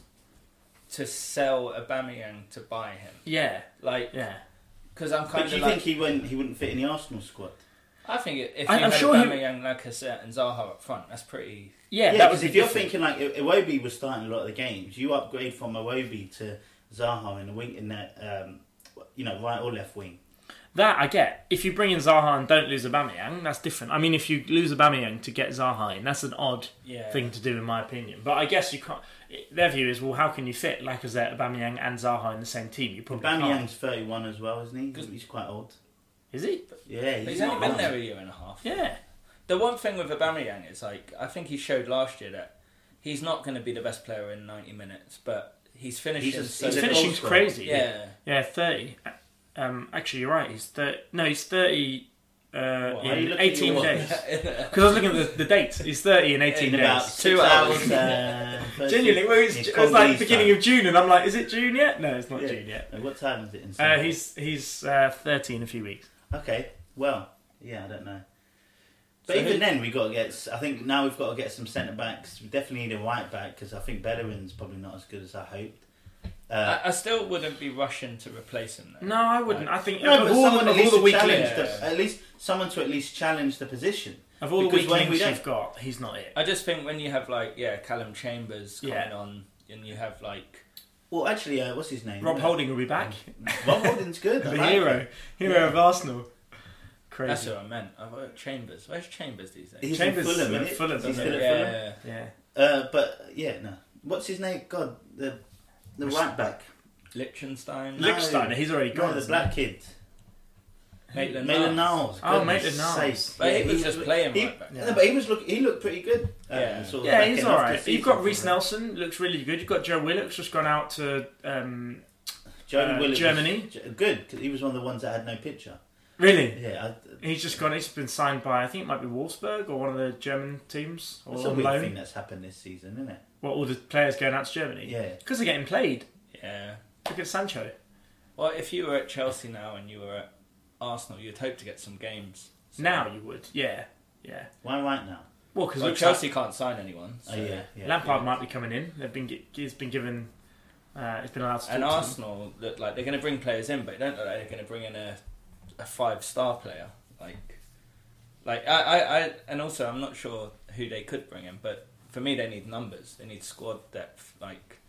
Speaker 3: to sell Aubameyang to buy him.
Speaker 2: yeah,
Speaker 3: Like,
Speaker 2: yeah.
Speaker 3: because I'm
Speaker 1: But
Speaker 3: kind
Speaker 1: do
Speaker 3: of
Speaker 1: you
Speaker 3: like,
Speaker 1: think he wouldn't? He wouldn't fit in the Arsenal squad.
Speaker 3: I think if you
Speaker 2: I- I'm
Speaker 3: had
Speaker 2: sure he-
Speaker 3: Aubameyang, Lacazette, and Zaha up front, that's pretty.
Speaker 2: Yeah,
Speaker 1: Yeah,
Speaker 2: that
Speaker 1: because
Speaker 2: would be
Speaker 1: if you're
Speaker 2: different.
Speaker 1: thinking like I- Iwobi was starting a lot of the games, you upgrade from Iwobi to Zaha in the wing in that um, you know right or left wing.
Speaker 2: That I get. If you bring in Zaha and don't lose Aubameyang, that's different. I mean, if you lose Aubameyang to get Zaha in, that's an odd
Speaker 3: Yeah.
Speaker 2: thing to do, in my opinion. But I guess you can't. Their view is, well, how can you fit Lacazette, Aubameyang, and Zaha in the same team? You probably can't.
Speaker 1: Bamiyang's 31 as well, isn't he? He's quite old.
Speaker 2: Is he?
Speaker 1: Yeah,
Speaker 3: But
Speaker 1: he's,
Speaker 3: he's
Speaker 1: not
Speaker 3: only been
Speaker 1: young.
Speaker 3: there a year and a half.
Speaker 2: Yeah.
Speaker 3: The one thing with Aubameyang is like I think he showed last year that he's not going to be the best player in 90 minutes, but he's finishing.
Speaker 1: He's a-
Speaker 3: so
Speaker 2: His
Speaker 1: he's an
Speaker 2: finishing's
Speaker 1: old scorer.
Speaker 2: crazy.
Speaker 3: yeah,
Speaker 2: Yeah, thirty. Um, actually, you're right. He's thirty. No, he's thirty. Uh,
Speaker 3: What,
Speaker 1: are you
Speaker 2: in
Speaker 1: looking at
Speaker 2: eighteen
Speaker 1: your
Speaker 2: days. Because I was looking at the, the date. He's thirty in eighteen
Speaker 1: in about
Speaker 2: days.
Speaker 1: two
Speaker 3: Two
Speaker 1: hours.
Speaker 3: hours.
Speaker 1: uh, thirty-
Speaker 2: Genuinely, well, it's,
Speaker 1: He's
Speaker 2: it was like
Speaker 1: Congolese
Speaker 2: the beginning
Speaker 1: time.
Speaker 2: of June, and I'm like, is it June yet? No, it's not
Speaker 1: Yeah.
Speaker 2: June yet.
Speaker 1: Uh, What time is it in?
Speaker 2: Uh,
Speaker 1: Senegal?
Speaker 2: he's he's uh, thirty in a few weeks.
Speaker 1: okay. Well, yeah, I don't know. But
Speaker 3: So
Speaker 1: even
Speaker 3: who-
Speaker 1: then, we got to get. s- I think now we've got to get some centre backs. We definitely need a right back because I think Bellerin's probably not as good as I hoped. Uh,
Speaker 3: I, I still wouldn't be rushing to replace him. Though.
Speaker 2: No, I wouldn't. I think
Speaker 1: No,
Speaker 2: of
Speaker 1: but
Speaker 2: all,
Speaker 1: someone
Speaker 2: the,
Speaker 1: at
Speaker 2: of all
Speaker 1: least
Speaker 2: the
Speaker 1: to
Speaker 2: weak
Speaker 1: challenge
Speaker 2: links,
Speaker 3: links.
Speaker 1: the, at least someone to at least challenge the position.
Speaker 2: of all the
Speaker 1: Because
Speaker 2: weak
Speaker 1: when we
Speaker 2: links
Speaker 1: don't-
Speaker 2: you've got, he's not it.
Speaker 3: I just think when you have like yeah Callum Chambers coming
Speaker 2: Yeah.
Speaker 3: on and you have like
Speaker 1: Well, actually, uh, what's his name?
Speaker 2: Rob
Speaker 1: Uh,
Speaker 2: Holding will be back,
Speaker 1: Rob Holding's good. I
Speaker 2: the
Speaker 1: like
Speaker 2: hero,
Speaker 1: him.
Speaker 2: hero of Arsenal.
Speaker 3: that's
Speaker 2: Crazy.
Speaker 3: what I meant. I wrote Chambers. Where's Chambers these days?
Speaker 1: He's
Speaker 2: Chambers
Speaker 1: in
Speaker 2: is
Speaker 1: Fulham,
Speaker 2: at
Speaker 1: isn't it?
Speaker 2: Fulham,
Speaker 1: He's
Speaker 2: isn't
Speaker 1: still at
Speaker 2: he?
Speaker 3: yeah,
Speaker 1: Fulham.
Speaker 3: yeah.
Speaker 2: Yeah,
Speaker 1: Uh, but yeah, no. What's his name? God, the the
Speaker 2: What's-
Speaker 1: right back,
Speaker 3: Liechtenstein,
Speaker 1: No.
Speaker 2: Lichtenstein, he's already
Speaker 1: no,
Speaker 2: gone.
Speaker 1: the
Speaker 2: isn't
Speaker 1: black kid,
Speaker 3: Maitland,
Speaker 1: Maitland Niles.
Speaker 3: Niles.
Speaker 2: Oh,
Speaker 1: goodness
Speaker 2: Maitland-Niles.
Speaker 1: sakes.
Speaker 3: But he
Speaker 1: Yeah,
Speaker 3: was just playing
Speaker 1: he-
Speaker 3: right back.
Speaker 1: no, but he was look. He looked pretty good. uh,
Speaker 3: Yeah.
Speaker 1: sort
Speaker 2: he?
Speaker 1: of
Speaker 2: Yeah,
Speaker 1: back
Speaker 2: he's
Speaker 1: end of
Speaker 2: all
Speaker 1: the
Speaker 2: right.
Speaker 1: season
Speaker 2: You've got
Speaker 1: for
Speaker 2: Reese
Speaker 1: him.
Speaker 2: Nelson, looks really good. You've got Joe Willock's just gone out to um,
Speaker 1: Jordan
Speaker 2: uh,
Speaker 1: Willock was
Speaker 2: Germany.
Speaker 1: ge- Good, 'cause he was one of the ones that had no picture.
Speaker 2: really.
Speaker 1: Yeah, I,
Speaker 2: He's just gone. He's been signed by I think it might be Wolfsburg or one of the German teams or
Speaker 1: it's a
Speaker 2: on
Speaker 1: weird
Speaker 2: loan.
Speaker 1: thing that's happened this season, isn't it?
Speaker 2: What all the players going out to Germany?
Speaker 1: Yeah.
Speaker 2: because they're getting played.
Speaker 3: Yeah.
Speaker 2: Look at Sancho.
Speaker 3: Well, if you were at Chelsea now and you were at Arsenal, you'd hope to get some games. So-
Speaker 2: Now you would, yeah, yeah.
Speaker 1: Why right now?
Speaker 2: Well, because
Speaker 3: Well, Chelsea can't sign anyone. So.
Speaker 1: Oh yeah, yeah.
Speaker 2: Lampard might be coming in. They've been gi- he's been given uh, he's been allowed to. Talk
Speaker 3: And
Speaker 2: to them.
Speaker 3: Arsenal look like they're going to bring players in, but they don't look like they're going to bring in a, a five star player. Like, like I, I, I, and also I'm not sure who they could bring in, but for me they need numbers. They need squad depth. Like,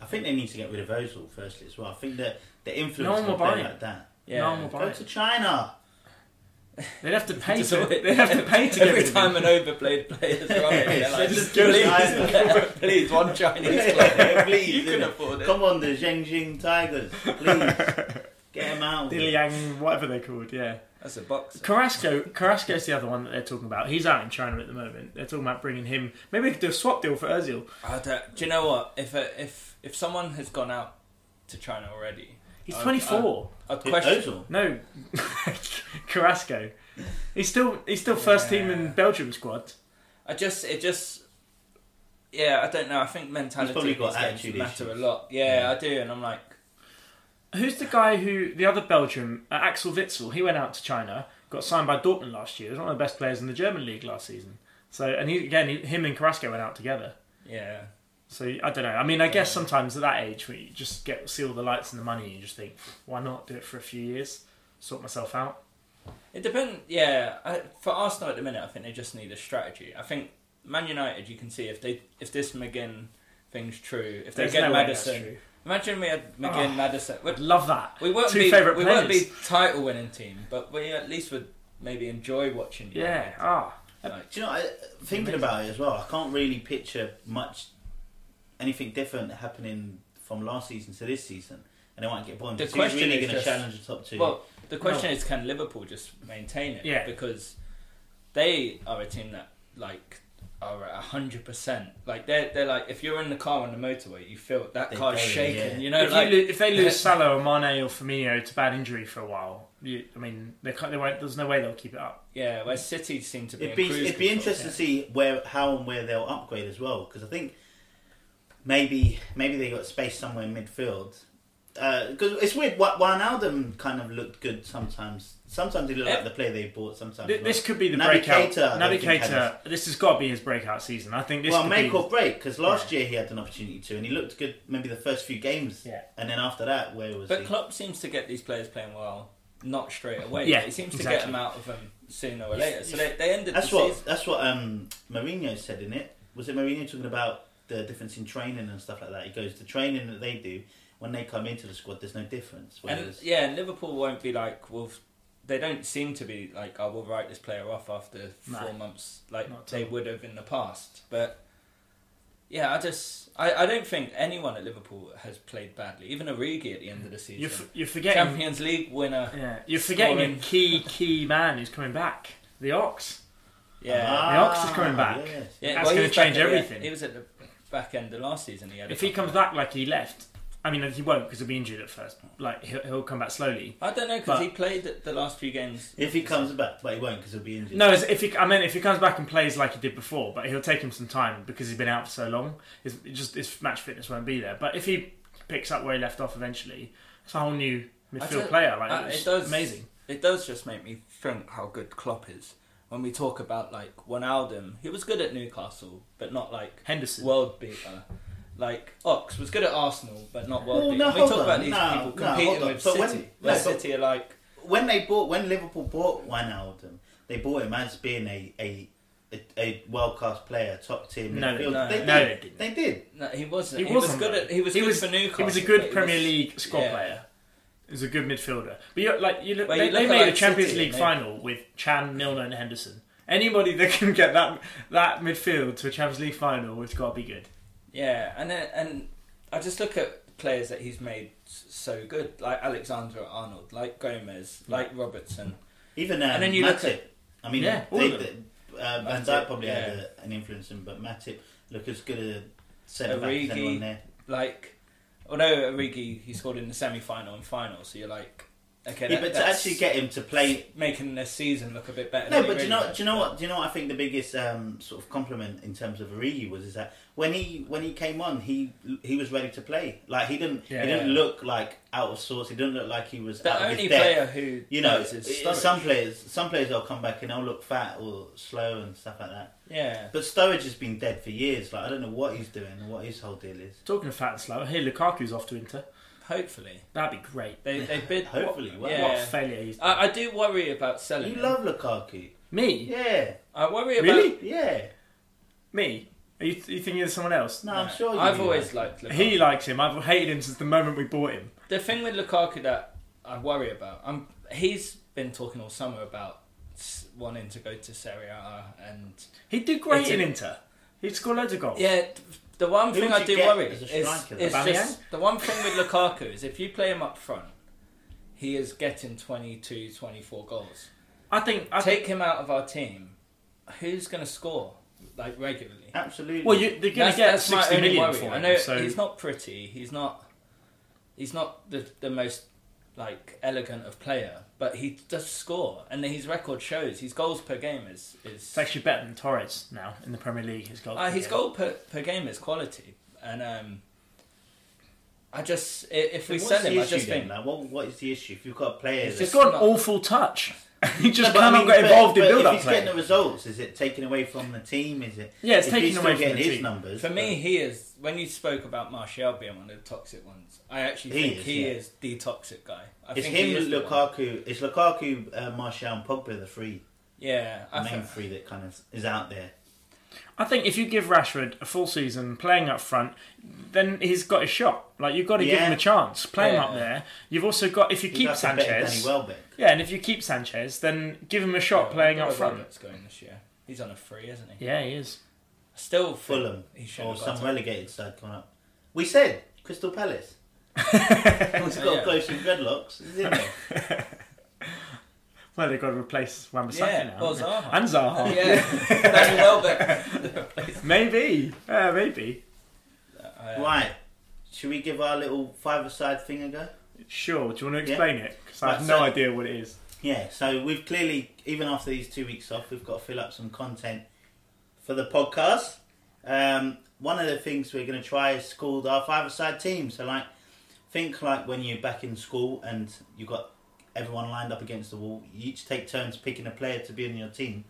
Speaker 1: I think they need to get rid of Ozil firstly as well. I think that the
Speaker 2: No
Speaker 1: influence
Speaker 2: one will
Speaker 1: of playing
Speaker 2: buy it.
Speaker 1: like that.
Speaker 3: yeah.
Speaker 2: No, I'm
Speaker 1: Go to China.
Speaker 2: They'd have to pay.
Speaker 3: Just
Speaker 2: to,
Speaker 3: always-
Speaker 2: they'd have to pay to get
Speaker 3: Every
Speaker 2: rid of
Speaker 3: time
Speaker 2: him.
Speaker 3: an overplayed player is wrong, they're like,
Speaker 1: Just
Speaker 3: just
Speaker 1: go
Speaker 3: please,
Speaker 1: to-
Speaker 3: please, one Chinese
Speaker 1: Yeah,
Speaker 3: player,
Speaker 1: please,
Speaker 3: you can
Speaker 1: innit?
Speaker 3: afford it.
Speaker 1: Come on, the Zhengjing Tigers, please get him out.
Speaker 2: Diliang, whatever they're called, yeah.
Speaker 3: That's a box.
Speaker 2: Carrasco, Carrasco's the other one that they're talking about. He's out in China at the moment. They're talking about bringing him. Maybe they could do a swap deal for Özil.
Speaker 3: I don't, do you know what? If a, if if someone has gone out to China already,
Speaker 2: He's
Speaker 3: I-
Speaker 2: 24.
Speaker 3: a
Speaker 1: Who-
Speaker 3: question.
Speaker 1: Ozil.
Speaker 2: No, Carrasco. He's still he's still first team in
Speaker 3: Yeah.
Speaker 2: Belgium squad.
Speaker 3: I just it just yeah. I don't know. I think
Speaker 1: probably
Speaker 3: mentality
Speaker 1: got
Speaker 3: got
Speaker 1: attitude
Speaker 3: matter
Speaker 1: issues.
Speaker 3: a lot. Yeah, I do, and I'm like,
Speaker 2: Who's the guy who the other Belgium uh, Axel Witzel? He went out to China, got signed by Dortmund last year. He was one of the best players in the German league last season. So and he again, he, him and Carrasco went out together.
Speaker 3: yeah,
Speaker 2: So I don't know. I mean, I guess sometimes at that age, when you just get see all the lights and the money, and you just think, why not do it for a few years, sort myself out.
Speaker 3: it depends. Yeah, I, for Arsenal at the minute, I think they just need a strategy. I think Man United, you can see if they if this McGinn thing's true, if they
Speaker 2: There's
Speaker 3: get
Speaker 2: no way that's
Speaker 3: Madison.
Speaker 2: true.
Speaker 3: Imagine we had McGinn,
Speaker 2: Ah.
Speaker 3: Madison.
Speaker 2: I'd love that.
Speaker 3: We won't
Speaker 2: Two
Speaker 3: be
Speaker 2: favourite
Speaker 3: we
Speaker 2: players.
Speaker 3: won't be title winning team, but we at least would maybe enjoy watching.
Speaker 2: Yeah. Ah.
Speaker 3: Like,
Speaker 1: Do you know? I, thinking about it as well, I can't really picture much anything different happening from last season to this season, and they might get boring.
Speaker 3: The
Speaker 1: because who's
Speaker 3: question
Speaker 1: really
Speaker 3: is
Speaker 1: going to
Speaker 3: just-
Speaker 1: challenge the top two.
Speaker 3: Well, the question is, can Liverpool just maintain it?
Speaker 2: Yeah.
Speaker 3: Because they are a team that like are at hundred percent. Like they're they're like if you're in the car on the motorway, you feel that
Speaker 1: They
Speaker 3: car's
Speaker 1: go,
Speaker 3: shaking.
Speaker 1: yeah.
Speaker 3: You know,
Speaker 2: if,
Speaker 3: like
Speaker 2: you lo- if they lose Salah or Mane or Firmino to bad injury for a while, you, I mean, they can't, they won't, there's no way they'll keep it up.
Speaker 3: yeah, where City seem to be.
Speaker 1: It'd be
Speaker 3: in cruise
Speaker 1: it'd be
Speaker 3: control.
Speaker 1: interesting to see where how and where they'll upgrade as well because I think maybe maybe they got space somewhere in midfield because it's weird. Wa- Wijnaldum kind of looked good sometimes. Sometimes he looked
Speaker 3: Yeah.
Speaker 1: like the player they bought. Sometimes
Speaker 2: Th-
Speaker 1: not.
Speaker 2: This could be the
Speaker 1: Naby
Speaker 2: breakout.
Speaker 1: Keita, I don't
Speaker 2: Naby
Speaker 1: think had
Speaker 2: Keita, this has got to be his breakout season. I think this
Speaker 1: well,
Speaker 2: could
Speaker 1: make
Speaker 2: be,
Speaker 1: or break because last year he had an opportunity to, and he looked good maybe the first few games,
Speaker 2: Yeah.
Speaker 1: and then after that, where was
Speaker 3: But
Speaker 1: he?
Speaker 3: Klopp seems to get these players playing well, not straight away.
Speaker 2: Yeah,
Speaker 3: but he seems to get
Speaker 2: exactly.
Speaker 3: them out of them sooner or
Speaker 1: He's-
Speaker 3: later. So they,
Speaker 1: he's-
Speaker 3: they ended
Speaker 1: that's
Speaker 3: the
Speaker 1: what
Speaker 3: season.
Speaker 1: that's what um, Mourinho said in it. Was it Mourinho talking about the difference in training and stuff like that? He goes, the training that they do when they come into the squad, there's no difference.
Speaker 3: And
Speaker 1: Whereas,
Speaker 3: yeah, and Liverpool won't be like Wolves. They don't seem to be like, I will write this player off after
Speaker 2: No.
Speaker 3: four months, like
Speaker 2: Not at
Speaker 3: they
Speaker 2: all.
Speaker 3: would have in the past. But yeah, I just I, I don't think anyone at Liverpool has played badly. Even Origi at the end of the season,
Speaker 2: You're, f- you're forgetting.
Speaker 3: Champions League winner.
Speaker 2: Yeah, you're forgetting
Speaker 3: Scoring.
Speaker 2: a key key man who's coming back. The Ox.
Speaker 3: Yeah,
Speaker 1: Ah,
Speaker 2: The Ox is coming back.
Speaker 1: yes.
Speaker 3: yeah
Speaker 2: Uh-huh. That's
Speaker 3: well, he
Speaker 2: gonna
Speaker 3: was back
Speaker 2: change
Speaker 3: at the-
Speaker 2: everything.
Speaker 3: He was at the back end of last season. He had a
Speaker 2: If he
Speaker 3: couple
Speaker 2: comes
Speaker 3: of-
Speaker 2: back like he left, I mean he won't because he'll be injured at first. Like he'll, he'll come back slowly.
Speaker 3: I don't know because
Speaker 2: But-
Speaker 3: he played the, the last few games.
Speaker 1: If he comes back, but he won't because he'll be injured.
Speaker 2: No, as if he, I mean if he comes back and plays like he did before, but he'll take him some time because he's been out for so long. His it just his match fitness won't be there. But if he picks up where he left off eventually, it's a whole new midfield
Speaker 3: don't-
Speaker 2: player. Like
Speaker 3: uh,
Speaker 2: it's
Speaker 3: it does-
Speaker 2: amazing.
Speaker 3: It does just make me think how good Klopp is when we talk about like Wijnaldum. He was good at Newcastle, but not like
Speaker 2: Henderson.
Speaker 3: world beater. Like Ox was good at Arsenal, but not world
Speaker 1: Well,
Speaker 3: beater.
Speaker 1: no,
Speaker 3: we
Speaker 1: hold
Speaker 3: talk
Speaker 1: on.
Speaker 3: about these
Speaker 1: No,
Speaker 3: people
Speaker 1: no,
Speaker 3: competing
Speaker 1: hold on.
Speaker 3: with
Speaker 1: But
Speaker 3: City.
Speaker 1: when-
Speaker 3: where
Speaker 1: no, but-
Speaker 3: City are like
Speaker 1: when they bought when Liverpool bought Wijnaldum, they bought him as being a a, a, a world class player, top tier
Speaker 2: No,
Speaker 1: midfielder.
Speaker 3: no,
Speaker 1: they,
Speaker 2: no,
Speaker 1: did.
Speaker 2: they didn't.
Speaker 1: They did.
Speaker 3: no, he wasn't.
Speaker 2: He
Speaker 3: He, was
Speaker 2: wasn't,
Speaker 3: good
Speaker 2: though.
Speaker 3: at. He was
Speaker 2: He
Speaker 3: good
Speaker 2: was-
Speaker 3: for Newcastle.
Speaker 2: He was a
Speaker 3: but
Speaker 2: good
Speaker 3: he
Speaker 2: Premier
Speaker 3: was-
Speaker 2: League squad
Speaker 3: yeah.
Speaker 2: player. He was a good midfielder. But you're, like you look,
Speaker 3: Well,
Speaker 2: they,
Speaker 3: you
Speaker 2: they
Speaker 3: look
Speaker 2: made
Speaker 3: at,
Speaker 2: a
Speaker 3: like,
Speaker 2: Champions
Speaker 3: City,
Speaker 2: League
Speaker 3: they-
Speaker 2: final with Chan, Milner, and Henderson. Anybody that can get that that midfield to a Champions League final, it's got to be good.
Speaker 3: Yeah, and then, and I just look at players that he's made s- so good, like Alexander Arnold, like Gomez, like Robertson.
Speaker 1: Even um,
Speaker 3: And then you look
Speaker 1: Matip. I mean,
Speaker 2: Yeah, all
Speaker 1: they,
Speaker 2: of
Speaker 1: they- uh, Van
Speaker 3: Matip,
Speaker 1: Dijk probably had
Speaker 3: yeah.
Speaker 1: a, an influence in, him, but Matip look as good a centre back as
Speaker 3: Origi.
Speaker 1: anyone there.
Speaker 3: like although Origi he scored in the semi final and final, so you're like okay,
Speaker 1: Yeah,
Speaker 3: that-
Speaker 1: but to
Speaker 3: that's
Speaker 1: actually get him to play.
Speaker 3: making the season look a bit better.
Speaker 1: No,
Speaker 3: than it
Speaker 1: but do you
Speaker 3: really
Speaker 1: know?
Speaker 3: was.
Speaker 1: Do you know what? Do you know? What I think the biggest um, sort of compliment in terms of Origi was is that when he when he came on, he he was ready to play. Like he didn't
Speaker 2: Yeah.
Speaker 1: he didn't look like out of sorts. He didn't look like he was out
Speaker 3: The
Speaker 1: of his
Speaker 3: only
Speaker 1: depth.
Speaker 3: player who
Speaker 1: You know,
Speaker 3: knows is
Speaker 1: it-
Speaker 3: Sturridge.
Speaker 1: some players, some players will come back and they'll look fat or slow and stuff like that.
Speaker 3: yeah,
Speaker 1: But Sturridge has been dead for years. Like I don't know what he's doing and what his whole deal is.
Speaker 2: Talking of fat and slow, hey, Lukaku's off to Inter.
Speaker 3: hopefully
Speaker 2: That'd be great.
Speaker 3: they they bid.
Speaker 1: Hopefully, wow.
Speaker 2: What a
Speaker 3: yeah. Uh,
Speaker 2: failure he's.
Speaker 3: I, I do worry about selling.
Speaker 1: You
Speaker 3: him.
Speaker 1: love Lukaku,
Speaker 2: Me,
Speaker 1: yeah,
Speaker 3: I worry about.
Speaker 2: Really?
Speaker 1: yeah.
Speaker 2: me. Are you, are you thinking of someone else?
Speaker 1: No, I'm sure you
Speaker 3: I've
Speaker 1: do
Speaker 3: always liked Lukaku.
Speaker 2: He likes him. I've hated him since the moment we bought him.
Speaker 3: The thing with Lukaku that I worry about, um, he's been talking all summer about s- wanting to go to Serie A, and
Speaker 2: He did great
Speaker 3: It's
Speaker 2: in
Speaker 3: a-
Speaker 2: Inter. He'd score loads of goals.
Speaker 3: yeah, th- the one
Speaker 1: Who
Speaker 3: thing
Speaker 1: would
Speaker 3: I
Speaker 1: you
Speaker 3: do
Speaker 1: get
Speaker 3: worry
Speaker 1: as
Speaker 3: is,
Speaker 1: a
Speaker 3: is
Speaker 1: striker?
Speaker 2: Aubameyang?
Speaker 3: just the one thing with Lukaku is if you play him up front, he is getting 22, 24 goals.
Speaker 2: I think. I think
Speaker 3: Take him out of our team, who's going to score like regularly?
Speaker 1: absolutely.
Speaker 2: well, you, they're going to
Speaker 3: That's-
Speaker 2: get
Speaker 3: that's my
Speaker 2: sixty
Speaker 3: only
Speaker 2: million
Speaker 3: worry.
Speaker 2: for him.
Speaker 3: I know
Speaker 2: so
Speaker 3: he's not pretty. He's not. He's not the the most like elegant of player, but he does score, and his record shows. His goals per game is is.
Speaker 2: It's actually better than Torres now in the Premier League. His
Speaker 1: Oh,
Speaker 2: goal.
Speaker 3: Uh, his goal per, per game is quality, and um, I just i- if
Speaker 1: So
Speaker 3: we
Speaker 1: what's
Speaker 3: sell
Speaker 1: the
Speaker 3: him, I
Speaker 1: issue
Speaker 3: just
Speaker 1: then,
Speaker 3: think
Speaker 1: like, what, what is the issue? If you've got a player,
Speaker 3: It's
Speaker 1: that's-
Speaker 2: He's
Speaker 3: just-
Speaker 2: got an
Speaker 3: not-
Speaker 2: awful touch. he
Speaker 1: No,
Speaker 2: just
Speaker 1: but I
Speaker 2: cannot
Speaker 1: mean,
Speaker 2: get
Speaker 1: but-
Speaker 2: involved in
Speaker 1: but
Speaker 2: build
Speaker 1: If
Speaker 2: up
Speaker 1: he's
Speaker 2: play.
Speaker 1: getting the results, is it taken away from the team? Is it?
Speaker 2: Yeah, it's
Speaker 1: if
Speaker 2: taken
Speaker 1: he's
Speaker 2: away
Speaker 1: still
Speaker 2: from
Speaker 1: getting
Speaker 2: the
Speaker 1: his
Speaker 2: team.
Speaker 1: numbers.
Speaker 3: for me
Speaker 1: but-
Speaker 3: he is. When you spoke about Martial being one of the toxic ones, I actually
Speaker 1: He
Speaker 3: think
Speaker 1: is,
Speaker 3: he
Speaker 1: yeah.
Speaker 3: is the toxic guy. I
Speaker 1: it's
Speaker 3: think he is
Speaker 1: him,
Speaker 3: the one.
Speaker 1: Lukaku. It's Lukaku, uh, Martial, and Pogba, the three
Speaker 3: Yeah, I
Speaker 1: the main
Speaker 3: think
Speaker 1: three that kind of is out there.
Speaker 2: I think if you give Rashford a full season playing up front, then he's got a shot. Like you've got to give
Speaker 1: Yeah.
Speaker 2: him a chance. Play him up
Speaker 3: Yeah.
Speaker 2: there. You've also got if you
Speaker 1: He's
Speaker 2: keep
Speaker 1: like a better
Speaker 2: Sanchez.
Speaker 1: Danny Welbeck.
Speaker 2: Yeah, and if you keep Sanchez, then give him a shot
Speaker 3: Yeah,
Speaker 2: playing
Speaker 3: Rob
Speaker 2: up front.
Speaker 3: Roberts going this year. He's on a free, isn't he?
Speaker 2: Yeah, he is.
Speaker 3: Still think
Speaker 1: Fulham
Speaker 3: He should
Speaker 1: or
Speaker 3: have
Speaker 1: some
Speaker 3: got
Speaker 1: relegated side coming up. We said Crystal Palace. He's got
Speaker 3: Yeah.
Speaker 1: close in dreadlocks, isn't he?
Speaker 2: Well, they've got to replace Wan-Bissaka
Speaker 3: Yeah,
Speaker 2: now.
Speaker 3: well,
Speaker 2: haven't they?
Speaker 3: Zaha.
Speaker 2: And Zaha.
Speaker 3: Yeah, Danny Welbeck.
Speaker 2: Maybe. Yeah, maybe.
Speaker 3: Uh,
Speaker 1: Right. Should we give our little five-a-side thing a go?
Speaker 2: Sure. Do you want to
Speaker 1: Yeah.
Speaker 2: explain it? 'Cause it? Because I
Speaker 1: Right,
Speaker 2: have no
Speaker 1: so-
Speaker 2: idea what it is.
Speaker 1: Yeah, so we've clearly, even after these two weeks off, we've got to fill up some content for the podcast. Um, one of the things we're going to try is called our five-a-side team. So, like, think like when you're back in school and you got everyone lined up against the wall. You each take turns picking a player to be in your team.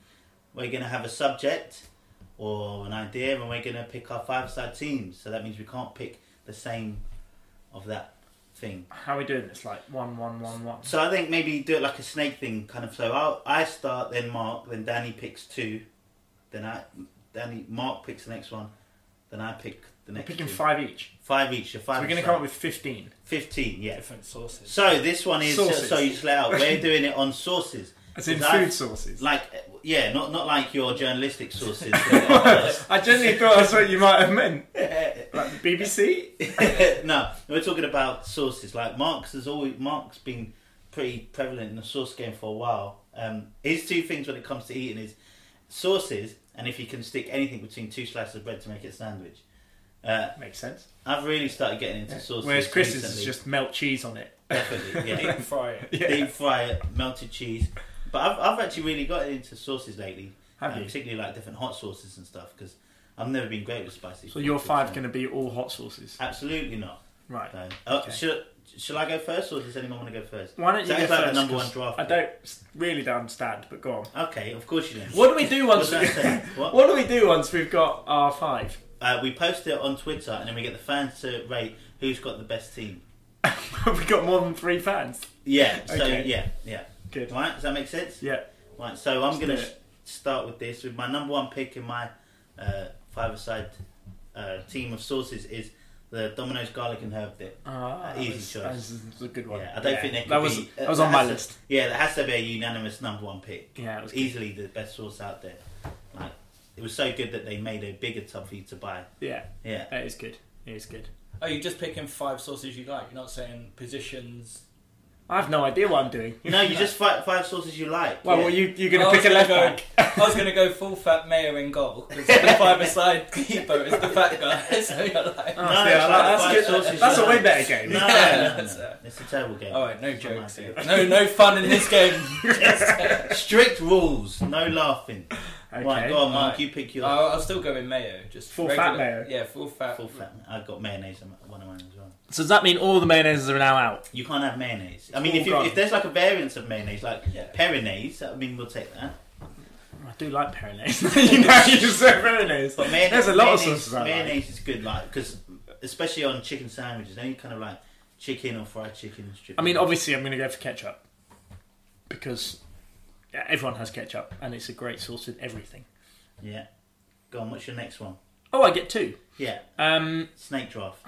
Speaker 1: We're going to have a subject or an idea, and we're going to pick our five-side teams. So that means we can't pick the same of that thing.
Speaker 2: How are we doing this? Like one, one, one, one.
Speaker 1: So I think maybe do it like a snake thing, kind of. So I'll, I start, then Mark, then Danny picks two, then I, Danny, Mark picks the next one, then I pick the
Speaker 2: We're
Speaker 1: next.
Speaker 2: picking
Speaker 1: two.
Speaker 2: five each.
Speaker 1: Five each. So five.
Speaker 2: So we're going to
Speaker 1: aside.
Speaker 2: come up with fifteen.
Speaker 1: fifteen. Yeah.
Speaker 3: Different sources.
Speaker 1: So this one is so,
Speaker 2: Sauces.
Speaker 1: so you just let out. We're doing it on sources.
Speaker 2: As in
Speaker 1: Because I-
Speaker 2: food sources.
Speaker 1: Like uh, yeah, not not like your journalistic sources.
Speaker 2: I genuinely thought that's what you might have meant. Like the BBC?
Speaker 1: no, we're talking about sources. Like Marx has always Mark's been pretty prevalent in the source game for a while. Um, his two things when it comes to eating is sources and if you can stick anything between two slices of bread to make it a sandwich. Uh,
Speaker 2: Makes sense.
Speaker 1: I've really started getting into sources.
Speaker 2: Whereas Chris's is
Speaker 1: recently.
Speaker 2: just melt cheese on it.
Speaker 1: definitely yeah.
Speaker 3: Deep fry it.
Speaker 2: Yeah.
Speaker 1: deep fry it, melted cheese. But I've, I've actually really got into sauces lately,
Speaker 2: Have
Speaker 1: um,
Speaker 2: you?
Speaker 1: particularly like different hot sauces and stuff because I've never been great with spicy.
Speaker 2: So
Speaker 1: food,
Speaker 2: your
Speaker 1: so-
Speaker 2: five going to be all hot sauces.
Speaker 1: Absolutely not.
Speaker 2: Right.
Speaker 1: No. Oh,
Speaker 2: Okay.
Speaker 1: shall, shall I go first, or does anyone want to go first?
Speaker 2: Why don't you
Speaker 1: Sounds
Speaker 2: go
Speaker 1: like the
Speaker 2: first,
Speaker 1: number one
Speaker 2: 'cause
Speaker 1: draft
Speaker 2: I
Speaker 1: pick.
Speaker 2: don't really don't understand, but go on.
Speaker 1: Okay, of course you don't.
Speaker 2: What do we do
Speaker 1: What
Speaker 2: once?
Speaker 1: does that
Speaker 2: We,
Speaker 1: say? What?
Speaker 2: what do we do once we've got our five?
Speaker 1: Uh, we post it on Twitter, and then we get the fans to rate who's got the best team.
Speaker 2: we've got more than three fans.
Speaker 1: Yeah. So
Speaker 2: Okay.
Speaker 1: yeah, yeah.
Speaker 2: Good.
Speaker 1: Right? Does that make sense?
Speaker 2: Yeah.
Speaker 1: Right. So I'm
Speaker 2: Let's
Speaker 1: going
Speaker 2: do
Speaker 1: to start with this. With my number one pick in my uh, five-a-side uh, team of sources is the Domino's garlic and herb dip.
Speaker 2: Ah,
Speaker 1: Easy
Speaker 2: that's-
Speaker 1: choice.
Speaker 2: that's- that's a good one.
Speaker 1: Yeah, I don't think there
Speaker 2: that
Speaker 1: could
Speaker 2: was
Speaker 1: be-
Speaker 2: that was
Speaker 1: uh,
Speaker 2: on my
Speaker 1: that e-, has
Speaker 2: list.
Speaker 1: Yeah, that has to be a unanimous number one pick.
Speaker 2: Yeah, it was
Speaker 1: It's
Speaker 2: good.
Speaker 1: easily the best sauce out there. Like it was so good that they made a bigger tub for you to buy.
Speaker 2: Yeah,
Speaker 1: Yeah.
Speaker 2: that is good. It is good.
Speaker 3: Oh, you're just picking five sources you like. You're not saying positions.
Speaker 2: I have no idea what I'm doing.
Speaker 1: No, you just five, five sauces you like.
Speaker 2: Well,
Speaker 1: yeah. Oh,
Speaker 2: well you you're going to
Speaker 3: I was
Speaker 2: pick a left
Speaker 3: gonna go-
Speaker 2: back.
Speaker 3: I was going to go full fat mayor in goal. 'cause The five-a-side keeper is the fat guy. So you're like,
Speaker 2: Oh,
Speaker 1: No,
Speaker 2: see,
Speaker 1: it's
Speaker 2: I like-
Speaker 1: like
Speaker 2: that's
Speaker 1: five
Speaker 2: good.
Speaker 1: sauces
Speaker 2: That's
Speaker 1: you
Speaker 2: a way
Speaker 1: like.
Speaker 2: better game.
Speaker 1: No, no,
Speaker 3: Yeah,
Speaker 1: no, no,
Speaker 3: that's
Speaker 1: no.
Speaker 3: it.
Speaker 1: It's a terrible game.
Speaker 3: all right, no
Speaker 1: It's not
Speaker 3: jokes.
Speaker 1: my
Speaker 3: here.
Speaker 1: idea.
Speaker 3: No, no fun in this game.
Speaker 1: Strict rules, no laughing.
Speaker 2: Okay. Oh.
Speaker 1: Right, go on, Mark.
Speaker 3: Right.
Speaker 1: You pick your
Speaker 3: I'll, I'll still go in mayo. Just
Speaker 2: Full
Speaker 3: regular-
Speaker 2: fat mayo?
Speaker 3: Yeah, full fat.
Speaker 1: full fat. I've got mayonnaise on one of mine as well.
Speaker 2: So does that mean all the mayonnaises are now out?
Speaker 1: You can't have mayonnaise. I mean,
Speaker 2: all
Speaker 1: if, you,
Speaker 2: gone.
Speaker 1: if there's like a variance of mayonnaise, like
Speaker 3: Yeah.
Speaker 1: Peronaise, I mean, we'll take that.
Speaker 2: I do like peronaise. you know, you just say peronaise.
Speaker 1: But mayonnaise,
Speaker 2: There's a lot of
Speaker 1: mayonnaise,
Speaker 2: sauces I like.
Speaker 1: Mayonnaise is good, like because especially on chicken sandwiches, any kind of like chicken or fried chicken. Strip
Speaker 2: I mean, obviously, I'm going to go for ketchup because yeah, everyone has ketchup, and it's a great sauce with everything.
Speaker 1: yeah. Go on. What's your next one?
Speaker 2: Oh, I get two.
Speaker 1: Yeah,
Speaker 2: Um,
Speaker 1: snake draft.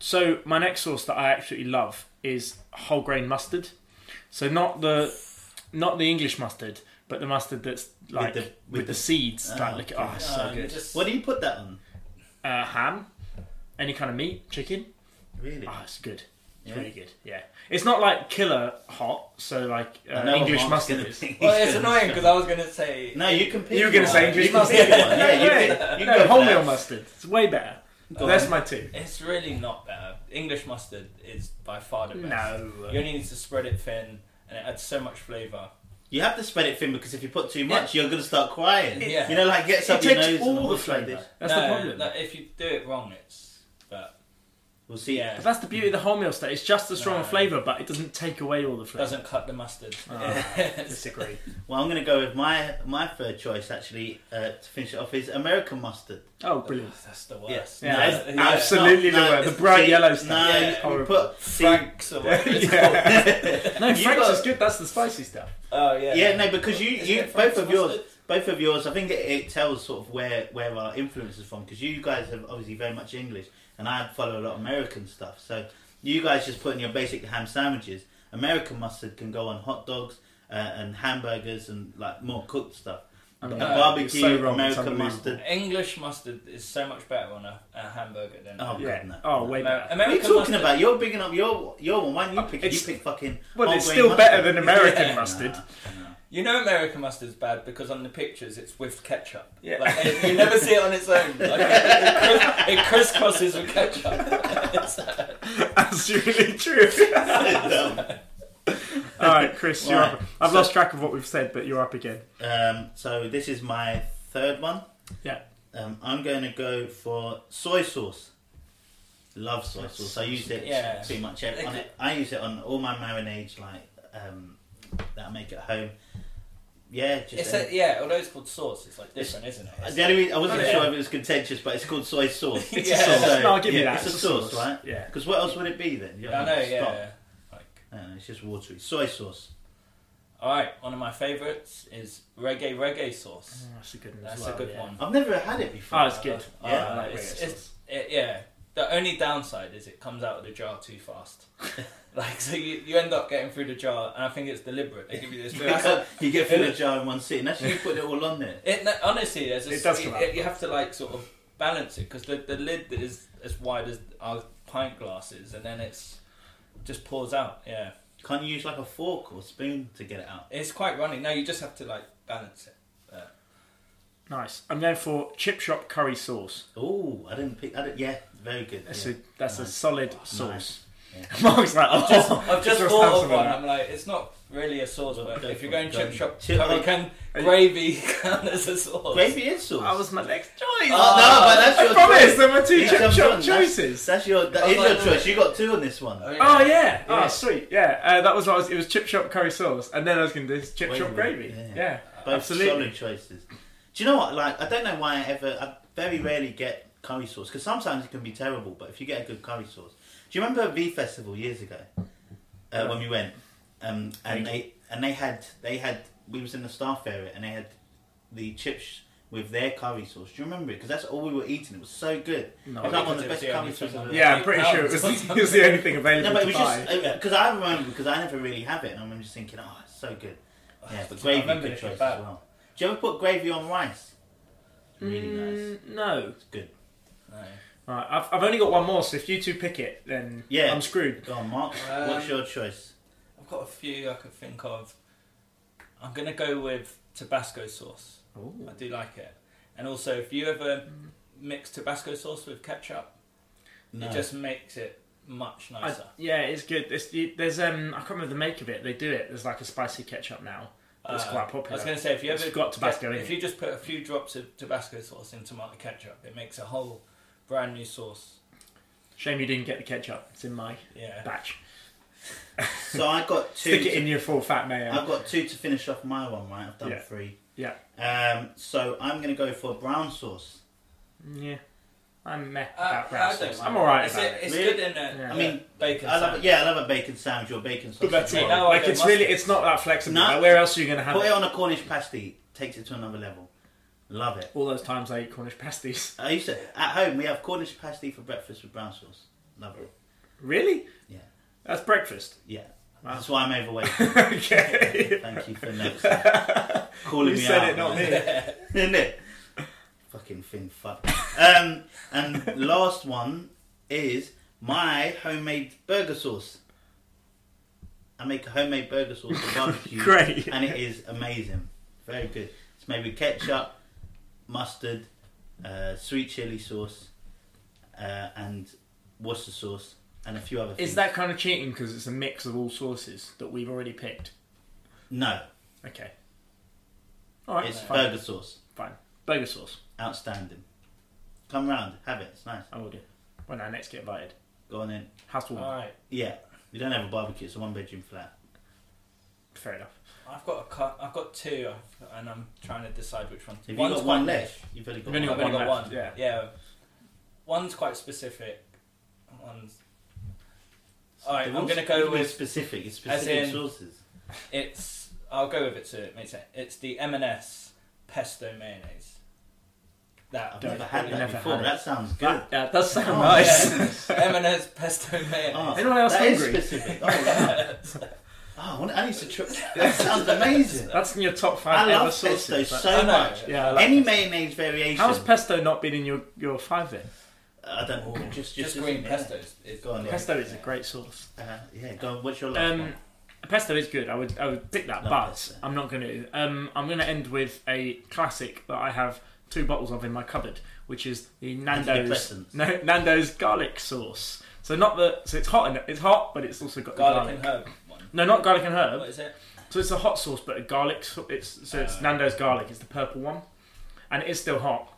Speaker 2: so my next sauce that I absolutely love is whole grain mustard. So not the not the English mustard, but the mustard that's like with
Speaker 1: the-
Speaker 2: the,
Speaker 1: with the-
Speaker 2: seeds.
Speaker 1: Oh,
Speaker 2: like, look, oh,
Speaker 1: okay.
Speaker 2: it's so
Speaker 3: Um,
Speaker 2: good.
Speaker 3: just-
Speaker 1: What do you put that on?
Speaker 2: Uh, ham, any kind of meat, chicken.
Speaker 1: Really?
Speaker 2: Oh, it's good.
Speaker 1: Yeah.
Speaker 2: It's really good. Yeah, it's not like killer hot. So like
Speaker 1: I
Speaker 2: uh,
Speaker 1: know what
Speaker 2: English
Speaker 1: Mark's
Speaker 2: mustard.
Speaker 1: gonna
Speaker 2: is.
Speaker 1: think.
Speaker 3: Well,
Speaker 1: He's
Speaker 3: Oh, it's
Speaker 1: gonna-
Speaker 3: annoying because I was going to say.
Speaker 1: No, you can pick.
Speaker 2: You were gonna
Speaker 1: one.
Speaker 2: say English
Speaker 1: You can
Speaker 2: mustard.
Speaker 1: pick one. Yeah, you
Speaker 2: No,
Speaker 1: can. You
Speaker 2: no,
Speaker 1: go for
Speaker 2: wholemeal
Speaker 1: that.
Speaker 2: mustard. It's way better.
Speaker 1: Go
Speaker 2: That's
Speaker 1: on.
Speaker 2: my two.
Speaker 3: It's really not better. English mustard is by far the best.
Speaker 2: No.
Speaker 3: You only need to spread it thin, and it adds so much flavour.
Speaker 1: You have to spread it thin because if you put too much, you're gonna start crying.
Speaker 3: Yeah.
Speaker 1: You know, like gets
Speaker 2: It
Speaker 1: up your nose.
Speaker 2: takes
Speaker 1: and
Speaker 2: all the
Speaker 1: almost like
Speaker 2: flavour.
Speaker 1: this.
Speaker 2: That's
Speaker 3: No,
Speaker 2: the problem.
Speaker 3: no, if you do it wrong, it's. But
Speaker 1: We'll see.
Speaker 3: Yeah.
Speaker 2: But that's the beauty of the wholemeal stuff. It's just as strong a
Speaker 3: No.
Speaker 2: flavour, but it doesn't take away all the
Speaker 3: it
Speaker 2: flavour.
Speaker 3: doesn't cut the mustard.
Speaker 2: Ah,
Speaker 3: It's-
Speaker 2: disagree.
Speaker 1: Well, I'm gonna go with my my third choice actually uh, to finish it off is American mustard.
Speaker 2: Oh, brilliant.
Speaker 3: That's the worst.
Speaker 1: Yes.
Speaker 2: Yeah,
Speaker 1: No,
Speaker 2: it's
Speaker 1: yeah.
Speaker 2: absolutely
Speaker 1: No,
Speaker 2: the
Speaker 1: no,
Speaker 2: worst.
Speaker 1: it's-
Speaker 2: The bright
Speaker 1: see,
Speaker 2: yellow stuff.
Speaker 1: No,
Speaker 3: Yeah,
Speaker 1: you
Speaker 2: horrible.
Speaker 1: put see,
Speaker 3: Franks or whatever it's called.
Speaker 2: No,
Speaker 1: You
Speaker 2: Frank's
Speaker 1: got-
Speaker 2: is good. That's the spicy stuff.
Speaker 3: Oh yeah.
Speaker 1: Yeah, no, because you,
Speaker 3: Isn't
Speaker 1: you
Speaker 3: it
Speaker 1: both
Speaker 3: Frank's
Speaker 1: of yours,
Speaker 3: mustard?
Speaker 1: both of yours. I think it, it tells sort of where where our influence is from because you guys are obviously very much English, and I follow a lot of American stuff. So you guys just put in your basic ham sandwiches. American mustard can go on hot dogs uh, and hamburgers and like more cooked stuff.
Speaker 2: I
Speaker 1: And
Speaker 2: mean,
Speaker 3: No,
Speaker 1: barbecue,
Speaker 2: you're so wrong, it's
Speaker 1: American
Speaker 2: unbelievable.
Speaker 1: mustard.
Speaker 3: English mustard is so much better on a, a hamburger than.
Speaker 1: Oh,
Speaker 2: yeah.
Speaker 1: God, no.
Speaker 2: Oh, way
Speaker 3: Amer-
Speaker 2: better.
Speaker 1: What are you
Speaker 3: American
Speaker 1: talking
Speaker 3: mustard-
Speaker 1: about? You're bigging up your your one. Why don't you pick? it? You
Speaker 2: It's-
Speaker 1: pick fucking.
Speaker 2: Well,
Speaker 1: whole
Speaker 2: it's
Speaker 1: grain
Speaker 2: still
Speaker 1: mustard.
Speaker 2: better than American
Speaker 3: Yeah.
Speaker 2: mustard.
Speaker 1: Nah, nah.
Speaker 3: You know American mustard's bad because on the pictures it's with ketchup.
Speaker 2: Yeah.
Speaker 3: Like, it- you never see it on its own. Like, it, it, criss- it crisscrosses with ketchup. It's, uh,
Speaker 2: That's really true. All right, Chris, you're
Speaker 1: Right.
Speaker 2: up. I've
Speaker 1: So-
Speaker 2: lost track of what we've said, but you're up again.
Speaker 1: Um, so this is my third one.
Speaker 2: Yeah.
Speaker 1: Um, I'm going to go for soy sauce. love soy sauce. I used it
Speaker 3: Yeah.
Speaker 1: pretty much every, on it. I use it on all my marinades, like um, that I make at home. Yeah, just
Speaker 3: It's
Speaker 1: any-
Speaker 3: a, yeah, although it's called sauce, it's like different, isn't it? It's
Speaker 1: The only reason, I wasn't
Speaker 3: Oh, yeah.
Speaker 1: sure if it was contentious, but it's called soy sauce.
Speaker 3: It's
Speaker 2: It's
Speaker 3: a
Speaker 2: a sauce.
Speaker 3: sauce.
Speaker 1: So,
Speaker 2: no, I'll give
Speaker 1: yeah,
Speaker 2: you that.
Speaker 1: It's, a sauce, right?
Speaker 2: Yeah.
Speaker 1: Because what else would it be then? You
Speaker 3: I know,
Speaker 1: have to stop.
Speaker 3: yeah. Like,
Speaker 1: Yeah, it's just watery. Soy sauce.
Speaker 3: all right, one of my favourites is reggae reggae sauce.
Speaker 2: Mm, that's a good one. as
Speaker 3: Oh, That's
Speaker 2: well,
Speaker 3: a good
Speaker 2: yeah.
Speaker 3: one.
Speaker 1: I've never had it before.
Speaker 2: Oh, it's good.
Speaker 3: Uh,
Speaker 1: Yeah,
Speaker 2: I like
Speaker 3: it's-
Speaker 2: reggae
Speaker 3: it's-
Speaker 2: sauce.
Speaker 3: it- yeah. The only downside is it comes out of the jar too fast. like, so you, you end up getting through the jar, and I think it's deliberate. They give you this.
Speaker 1: You
Speaker 3: that's
Speaker 1: get- you get through the jar in one sitting. That's you put it all on there.
Speaker 3: It no, honestly, there's a,
Speaker 2: It does come
Speaker 3: you,
Speaker 2: out.
Speaker 3: you have to like sort of balance it because the the lid is as wide as our pint glasses, and then it's just pours out. Yeah,
Speaker 1: Can't you use like a fork or spoon to get it out?
Speaker 3: it's quite runny. No, you just have to like balance it.
Speaker 2: Nice. And then for chip shop curry sauce.
Speaker 1: Oh, I didn't pick. I didn't, yeah, very good.
Speaker 2: That's
Speaker 1: yeah.
Speaker 2: a that's a
Speaker 1: Nice.
Speaker 2: solid
Speaker 1: Nice.
Speaker 2: sauce.
Speaker 1: Yeah.
Speaker 2: Mark's like, oh,
Speaker 3: Just, I've just
Speaker 2: just
Speaker 3: thought
Speaker 2: found
Speaker 3: of
Speaker 2: some of
Speaker 3: one.
Speaker 2: that.
Speaker 3: I'm like, it's not really a sauce,
Speaker 1: Well,
Speaker 3: but
Speaker 1: go
Speaker 3: if you're
Speaker 1: for it,
Speaker 3: going
Speaker 1: go
Speaker 3: chip
Speaker 1: for it.
Speaker 3: shop,
Speaker 1: Chip-
Speaker 3: curry can
Speaker 2: Are you-
Speaker 3: gravy count as a sauce?
Speaker 1: Gravy is sauce.
Speaker 2: that was my next choice.
Speaker 1: Oh, no, but that's
Speaker 2: I
Speaker 1: your
Speaker 2: promise
Speaker 1: choice.
Speaker 2: there were two
Speaker 1: Yeah,
Speaker 2: chip
Speaker 1: I'm
Speaker 2: shop
Speaker 1: done. That's-
Speaker 2: choices.
Speaker 1: That's your. That
Speaker 3: I
Speaker 1: is
Speaker 3: was
Speaker 1: your
Speaker 3: like,
Speaker 1: choice. You got two on this
Speaker 3: Oh,
Speaker 1: one.
Speaker 3: yeah.
Speaker 2: Oh yeah.
Speaker 3: Yeah.
Speaker 2: Oh sweet. Yeah. Uh, that was what I was. It was chip shop curry sauce, and then I was going to do this chip
Speaker 1: Wait a
Speaker 2: shop
Speaker 1: minute,
Speaker 2: gravy.
Speaker 1: yeah.
Speaker 2: Yeah.
Speaker 1: Both
Speaker 2: absolutely.
Speaker 1: solid choices. Do you know what? Like, I don't know why I ever. I very rarely get curry sauce because sometimes it can be terrible. But if you get a good curry sauce, do you remember V Festival years ago uh, when we went? Um, and they and they had they had we was in the staff area and they had the chips with their curry sauce. Do you remember it? Because that's all we were eating. It was so good.
Speaker 2: No.
Speaker 1: It was like one of the
Speaker 3: Because
Speaker 1: best
Speaker 3: it was the
Speaker 1: curry
Speaker 3: only
Speaker 1: sauces.
Speaker 3: thing
Speaker 1: I've
Speaker 3: on
Speaker 1: ever
Speaker 3: it.
Speaker 2: Yeah, I'm pretty sure it was, it was the only thing available
Speaker 1: Oh. no, but it
Speaker 2: to
Speaker 1: was
Speaker 2: buy.
Speaker 1: just because I remember because I never really have it, and I remember just thinking, oh, it's so good. Yeah, but gravy,
Speaker 3: remember
Speaker 1: good
Speaker 3: it
Speaker 1: choice as
Speaker 3: about-
Speaker 1: well. Do you ever put gravy on rice? It's Really nice.
Speaker 2: Mm, no.
Speaker 1: It's good.
Speaker 3: No.
Speaker 2: Right, I've, I've only got one more, so if you two pick it, then
Speaker 1: Yeah.
Speaker 2: I'm screwed.
Speaker 1: Go on, Mark.
Speaker 3: Um,
Speaker 1: What's your choice?
Speaker 3: I've got a few I could think of. I'm gonna go with Tabasco sauce. I do like it. And also, if you ever mix Tabasco sauce with ketchup,
Speaker 1: No.
Speaker 3: it just makes it much
Speaker 2: I-
Speaker 3: nicer.
Speaker 2: yeah, it's good. It's, you, there's um, I can't remember the make of it. They do it. There's like a spicy ketchup now. It's
Speaker 3: Uh,
Speaker 2: quite
Speaker 3: I was
Speaker 2: popular.
Speaker 3: going to say, if you
Speaker 2: It's
Speaker 3: ever
Speaker 2: got Tabasco
Speaker 3: get-
Speaker 2: in
Speaker 3: if
Speaker 2: it.
Speaker 3: you just put a few drops of Tabasco sauce in tomato ketchup, it makes a whole brand new sauce.
Speaker 2: Shame you didn't get the ketchup. It's in my
Speaker 3: Yeah.
Speaker 2: batch.
Speaker 1: So I got two.
Speaker 2: Stick it
Speaker 1: to- Uh,
Speaker 2: in your full fat mayo.
Speaker 1: I've got two to finish off my one. Right, I've done
Speaker 2: Yeah.
Speaker 1: three.
Speaker 2: Yeah.
Speaker 1: Um. So I'm gonna go for brown sauce.
Speaker 2: yeah, I'm meh
Speaker 3: Uh,
Speaker 2: about brown
Speaker 3: I don't
Speaker 2: sauce.
Speaker 3: mind
Speaker 2: I'm all right
Speaker 3: it's
Speaker 2: about
Speaker 3: it-
Speaker 2: it.
Speaker 3: it's
Speaker 1: Really?
Speaker 3: good in a
Speaker 2: Yeah.
Speaker 1: I mean,
Speaker 3: bacon.
Speaker 1: I love
Speaker 3: sandwich.
Speaker 1: it. Yeah, I love a bacon sandwich or bacon sauce.
Speaker 2: But that's
Speaker 1: as
Speaker 2: it.
Speaker 3: Now
Speaker 1: well.
Speaker 3: I
Speaker 2: Like
Speaker 3: go
Speaker 2: it's really,
Speaker 3: mustard.
Speaker 2: it's not that flexible.
Speaker 1: No.
Speaker 2: Like, where else are you going to have
Speaker 1: Put
Speaker 2: it?
Speaker 1: it on a Cornish pasty. Takes it to another level. Love it.
Speaker 2: All those times I ate Cornish pasties.
Speaker 1: I used to at home. We have Cornish pasty for breakfast with brown sauce. Love it.
Speaker 2: Really?
Speaker 1: Yeah.
Speaker 2: That's breakfast.
Speaker 1: Yeah.
Speaker 2: Wow.
Speaker 1: That's why I'm overweight.
Speaker 2: okay.
Speaker 1: Thank you for noticing. Calling
Speaker 2: You
Speaker 1: me
Speaker 2: said
Speaker 1: out.
Speaker 2: it, not me.
Speaker 1: man. Isn't it? Fucking thin fuck. Um, and last one is my homemade burger sauce. I make a homemade burger sauce with barbecue.
Speaker 2: Great.
Speaker 1: And it is amazing. Very good. It's made with ketchup, mustard, uh, sweet chili sauce, uh, and Worcester sauce, and a few other things.
Speaker 2: Is that kind of cheating because it's a mix of all sauces that we've already picked?
Speaker 1: No,
Speaker 2: Okay. All right.
Speaker 1: it's
Speaker 2: fine.
Speaker 1: burger sauce.
Speaker 2: fine. Burger sauce.
Speaker 1: Outstanding. Come round, have it. It's nice.
Speaker 2: I will do. When I next get invited.
Speaker 1: Go on in.
Speaker 2: Housewarming.
Speaker 3: All right,
Speaker 1: Yeah, we don't have a barbecue. It's a one-bedroom flat.
Speaker 2: Fair enough.
Speaker 3: I've got a cu- I've got two, I've- and I'm trying to decide which one. to
Speaker 1: If you've
Speaker 3: One's
Speaker 1: got one
Speaker 3: quite
Speaker 1: left, you've only got
Speaker 2: You've only
Speaker 1: one.
Speaker 3: I've only got
Speaker 2: left,
Speaker 3: one.
Speaker 2: yeah.
Speaker 3: One's quite specific. One's. All right,
Speaker 1: They're
Speaker 3: I'm
Speaker 1: all
Speaker 3: going to
Speaker 1: sp-
Speaker 3: go
Speaker 1: they're
Speaker 3: with
Speaker 1: specific. It's
Speaker 3: as
Speaker 1: specific
Speaker 3: in-
Speaker 1: sources.
Speaker 3: it's. I'll go with it so it makes sense. It's the M&S pesto mayonnaise.
Speaker 1: I've
Speaker 3: That
Speaker 2: don't-
Speaker 1: never had
Speaker 2: I've
Speaker 1: that
Speaker 2: never
Speaker 1: before.
Speaker 2: had it.
Speaker 1: that sounds good.
Speaker 2: That, that does sound
Speaker 1: Oh,
Speaker 2: nice.
Speaker 3: M&S pesto mayonnaise.
Speaker 1: Oh,
Speaker 2: Anyone else
Speaker 1: that is
Speaker 2: hungry?
Speaker 1: specific. Oh, wow. oh, I want- I need to try. That sounds amazing.
Speaker 2: That's in your top
Speaker 1: I
Speaker 2: five
Speaker 1: love
Speaker 2: ever
Speaker 1: pesto
Speaker 2: sauces.
Speaker 1: so
Speaker 3: I know.
Speaker 1: much.
Speaker 2: yeah. I like
Speaker 1: Any
Speaker 2: pesto.
Speaker 1: mayonnaise variation.
Speaker 2: How's pesto not been in your, your five then?
Speaker 1: I don't know.
Speaker 3: Ooh,
Speaker 1: Just,
Speaker 3: just,
Speaker 1: just
Speaker 3: green
Speaker 1: yeah.
Speaker 3: pesto. is- is
Speaker 1: Go on, yeah.
Speaker 2: Pesto is a great sauce.
Speaker 1: Uh, yeah, go on. What's your last
Speaker 2: Um,
Speaker 1: one?
Speaker 2: pesto is good. I would I would pick that,
Speaker 1: Love
Speaker 2: but
Speaker 1: pesto.
Speaker 2: I'm not going to. Um, I'm going to end with a classic that I have two bottles of in my cupboard, which is the Nando's
Speaker 1: Antidepressants.
Speaker 2: no, Nando's garlic sauce. So not the so it's hot and it's hot, but it's also got the
Speaker 3: garlic
Speaker 2: garlic.
Speaker 3: and herb one.
Speaker 2: No, not garlic and herb.
Speaker 3: What is it?
Speaker 2: So it's a hot sauce, but a garlic. sau- It's so it's
Speaker 3: Uh,
Speaker 2: Nando's garlic. It's the purple one, and it is still hot.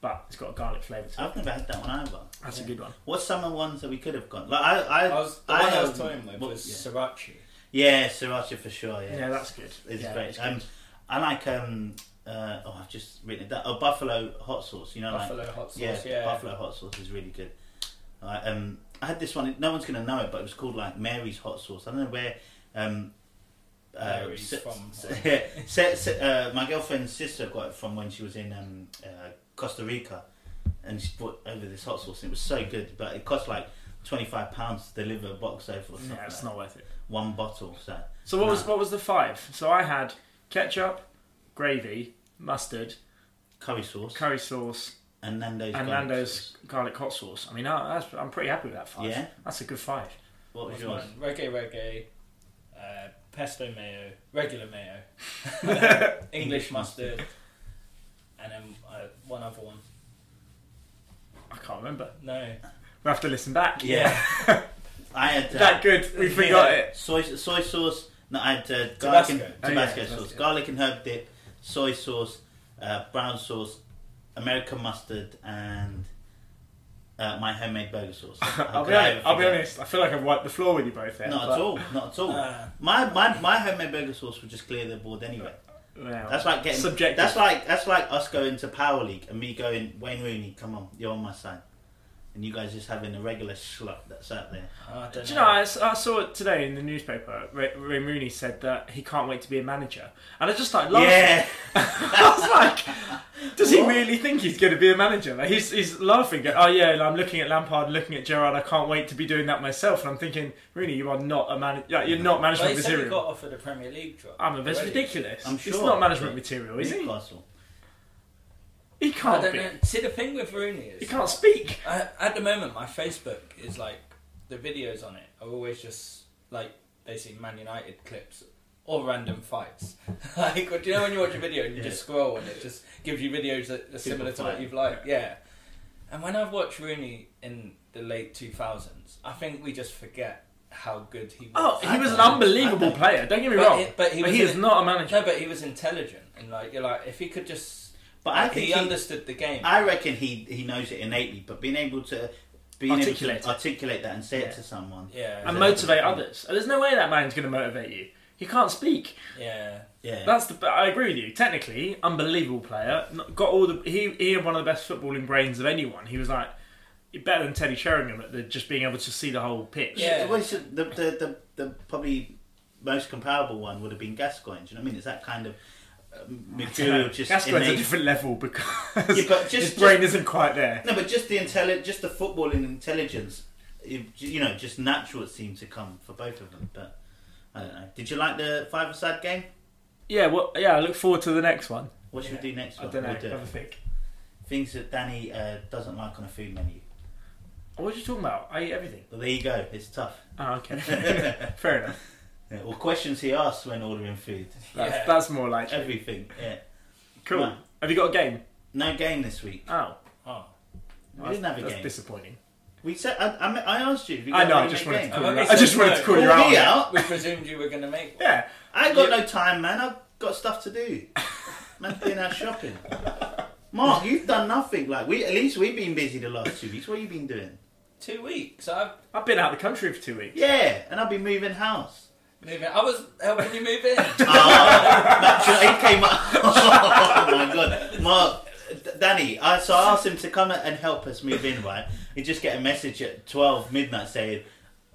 Speaker 2: but it's got a garlic flavour to it.
Speaker 1: I've never had that one either.
Speaker 2: That's a good one.
Speaker 1: What's some of the ones that we could have gone? Like I, I,
Speaker 3: I was, the one I was
Speaker 1: um,
Speaker 3: toying with
Speaker 1: what-
Speaker 3: was
Speaker 1: yeah.
Speaker 3: sriracha.
Speaker 1: Yeah, sriracha for sure. Yeah,
Speaker 2: Yeah, that's good.
Speaker 1: It's
Speaker 2: yeah,
Speaker 1: great.
Speaker 2: it's
Speaker 1: um,
Speaker 2: good.
Speaker 1: I like um, uh, oh, I've just written it down. Oh, buffalo hot sauce. You know, like
Speaker 3: Buffalo hot sauce.
Speaker 1: yeah,
Speaker 3: Yeah,
Speaker 1: buffalo hot sauce is really good. I, um, I had this one. No one's gonna know it, but it was called like Mary's hot sauce. I don't know where. Um,
Speaker 3: Mary's
Speaker 1: se-
Speaker 3: from-
Speaker 1: se- se- se- uh, my girlfriend's sister got it from when she was in um, uh, Costa Rica, and she brought over this hot sauce. And it was so good, but it cost like twenty five pounds to deliver a box over or something.
Speaker 2: Yeah, it's
Speaker 1: like
Speaker 2: not worth it.
Speaker 1: that. one bottle. So
Speaker 2: So what was
Speaker 1: Nah.
Speaker 2: what was the five? So I had ketchup, gravy, mustard,
Speaker 1: curry sauce
Speaker 2: curry sauce,
Speaker 1: and Nando's.
Speaker 2: and
Speaker 1: garlic
Speaker 2: Nando's
Speaker 1: sauce.
Speaker 2: garlic hot sauce. I mean, I, that's, I'm pretty happy with that five.
Speaker 1: Yeah?
Speaker 2: that's a good five.
Speaker 1: What was
Speaker 3: Was
Speaker 1: yours?
Speaker 3: mine. Reggae, reggae, uh, pesto mayo, regular mayo, English mustard, and then uh, one other one.
Speaker 2: I can't remember.
Speaker 3: No,
Speaker 2: We will have to listen back.
Speaker 1: Yeah, I had uh,
Speaker 2: that good. We forgot
Speaker 3: Yeah.
Speaker 2: it.
Speaker 1: soy soy sauce. No, I had uh, garlic and
Speaker 3: Tabasco.
Speaker 1: Tabasco,
Speaker 2: Oh, yeah,
Speaker 1: sauce,
Speaker 2: Tabasco.
Speaker 1: garlic and herb dip, soy sauce, uh, brown sauce, American mustard, and uh, my homemade burger sauce. How
Speaker 2: I'll be,
Speaker 1: could I
Speaker 2: honest,
Speaker 1: ever
Speaker 2: I'll be
Speaker 1: forget?
Speaker 2: honest. I feel like I've wiped the floor with you both there.
Speaker 1: Not
Speaker 2: but-
Speaker 1: at all. Not at all.
Speaker 3: Uh,
Speaker 1: my, my my homemade burger sauce would just clear the board anyway.
Speaker 2: Well,
Speaker 1: That's like getting
Speaker 2: subjective.
Speaker 1: That's like that's like us going to Power League and me going Wayne Rooney, come on, you're on my side, and you guys just having a regular schluck that's out there.
Speaker 3: I
Speaker 2: Do
Speaker 3: don't
Speaker 2: you know, I, s- I saw it today in the newspaper. Ray, Ray Mooney said that he can't wait to be a manager, and I just started laughing.
Speaker 1: Yeah.
Speaker 2: I was like, does he
Speaker 1: What?
Speaker 2: really think he's going to be a manager? Like, he's, he's laughing. Going, oh yeah, I'm looking at Lampard, looking at Gerrard. I can't wait to be doing that myself. And I'm thinking, really, you are not a man. Like, you're not
Speaker 3: Well,
Speaker 2: management
Speaker 3: he said he
Speaker 2: material.
Speaker 3: got offered a Premier League job.
Speaker 2: I mean, that's
Speaker 3: already.
Speaker 2: ridiculous.
Speaker 1: I'm
Speaker 2: It's
Speaker 1: sure.
Speaker 2: not management material, Oh, is he?
Speaker 1: Newcastle.
Speaker 2: He
Speaker 3: I
Speaker 2: can't
Speaker 3: don't
Speaker 2: be.
Speaker 3: know. See, the thing with Rooney
Speaker 2: He
Speaker 3: is,
Speaker 2: can't speak.
Speaker 3: I, at the moment, my Facebook is like the videos on it are always just like basically Man United clips or random fights. like, do you know when you watch a video and you just
Speaker 1: Yeah.
Speaker 3: scroll and it just gives you videos that are similar to what
Speaker 1: fight.
Speaker 3: you've liked? Yeah. And when I've watched Rooney in the late 2000s, I think we just forget how good he was.
Speaker 2: Oh, he
Speaker 1: I
Speaker 2: was an
Speaker 1: don't- I
Speaker 2: unbelievable
Speaker 1: don't-
Speaker 2: player. Don't get me
Speaker 3: But
Speaker 2: wrong.
Speaker 3: it- but he
Speaker 2: but
Speaker 3: was
Speaker 2: he
Speaker 3: in
Speaker 2: is
Speaker 3: it-
Speaker 2: not a manager.
Speaker 3: no, but he was intelligent and like you're like if he could just.
Speaker 1: But I
Speaker 3: like,
Speaker 1: think
Speaker 3: he
Speaker 1: he-
Speaker 3: understood the game.
Speaker 1: I reckon he he knows it innately, but being able to being
Speaker 2: Articulate.
Speaker 1: able to articulate that and say
Speaker 2: Yeah.
Speaker 1: it to someone,
Speaker 3: yeah.
Speaker 2: and
Speaker 1: Exactly.
Speaker 2: motivate others. And There's no way that man's going to motivate you. He can't speak.
Speaker 3: yeah.
Speaker 1: yeah,
Speaker 2: That's the. I agree with you. Technically, unbelievable player. Not- Got all the. He he had one of the best footballing brains of anyone. He was like better than Teddy Sheringham at the, just being able to see the whole pitch.
Speaker 3: Yeah.
Speaker 1: Well, it's- the, the the the probably most comparable one would have been Gascoigne. Do you know what I mean? It's that kind of uh, material just
Speaker 2: Gascoigne's a
Speaker 1: innate.
Speaker 2: different level because
Speaker 1: Yeah, but just-
Speaker 2: his brain isn't quite there.
Speaker 1: No, but just the intelli- just the footballing intelligence, you, you know, just natural it seemed to come for both of them. But I don't know. Did you like the five-a-side game?
Speaker 2: Yeah. Well. Yeah. I look forward to the next one.
Speaker 1: What should we
Speaker 3: Yeah.
Speaker 1: do next?
Speaker 2: I
Speaker 1: one?
Speaker 2: don't know.
Speaker 1: We'll do it.
Speaker 2: Have a think.
Speaker 1: Things that Danny uh, doesn't like on a food menu.
Speaker 2: What are you talking about? I eat everything.
Speaker 1: Well, there you go. It's tough.
Speaker 2: Oh, okay. Fair enough.
Speaker 1: Yeah, well, questions he asks when ordering food.
Speaker 2: That's,
Speaker 3: Yeah.
Speaker 2: that's more like it.
Speaker 1: Everything. Yeah.
Speaker 2: cool.
Speaker 1: Right.
Speaker 2: Have you got a game?
Speaker 1: No game this week.
Speaker 2: Oh,
Speaker 3: Oh.
Speaker 1: We didn't have a
Speaker 2: that's
Speaker 1: game.
Speaker 2: disappointing.
Speaker 1: We said. I, I, mean, I asked you. if you
Speaker 2: I
Speaker 1: got
Speaker 2: know.
Speaker 1: any
Speaker 2: I just
Speaker 1: game.
Speaker 2: wanted to call
Speaker 3: Have
Speaker 2: you
Speaker 3: I
Speaker 2: out. I
Speaker 3: missed
Speaker 2: just
Speaker 3: it?
Speaker 2: wanted to
Speaker 3: No.
Speaker 2: call you
Speaker 1: Call me
Speaker 2: out.
Speaker 1: out.
Speaker 3: We presumed you were going to make one.
Speaker 2: Yeah.
Speaker 1: I got no time, man. I've got stuff to do. Man's been out shopping. Mark, you've done nothing. Like we, at least we've been busy the last two weeks. What have you been doing?
Speaker 3: Two weeks. I've
Speaker 2: I've been out of the country for two weeks.
Speaker 1: Yeah, and I've been moving house.
Speaker 3: moving. I was helping you move in. Uh,
Speaker 1: Oh, Matt, do you know, he came up. Oh my god, Mark, D- Danny. I, so I asked him to come and help us move in. Right, he just get a message at twelve midnight saying,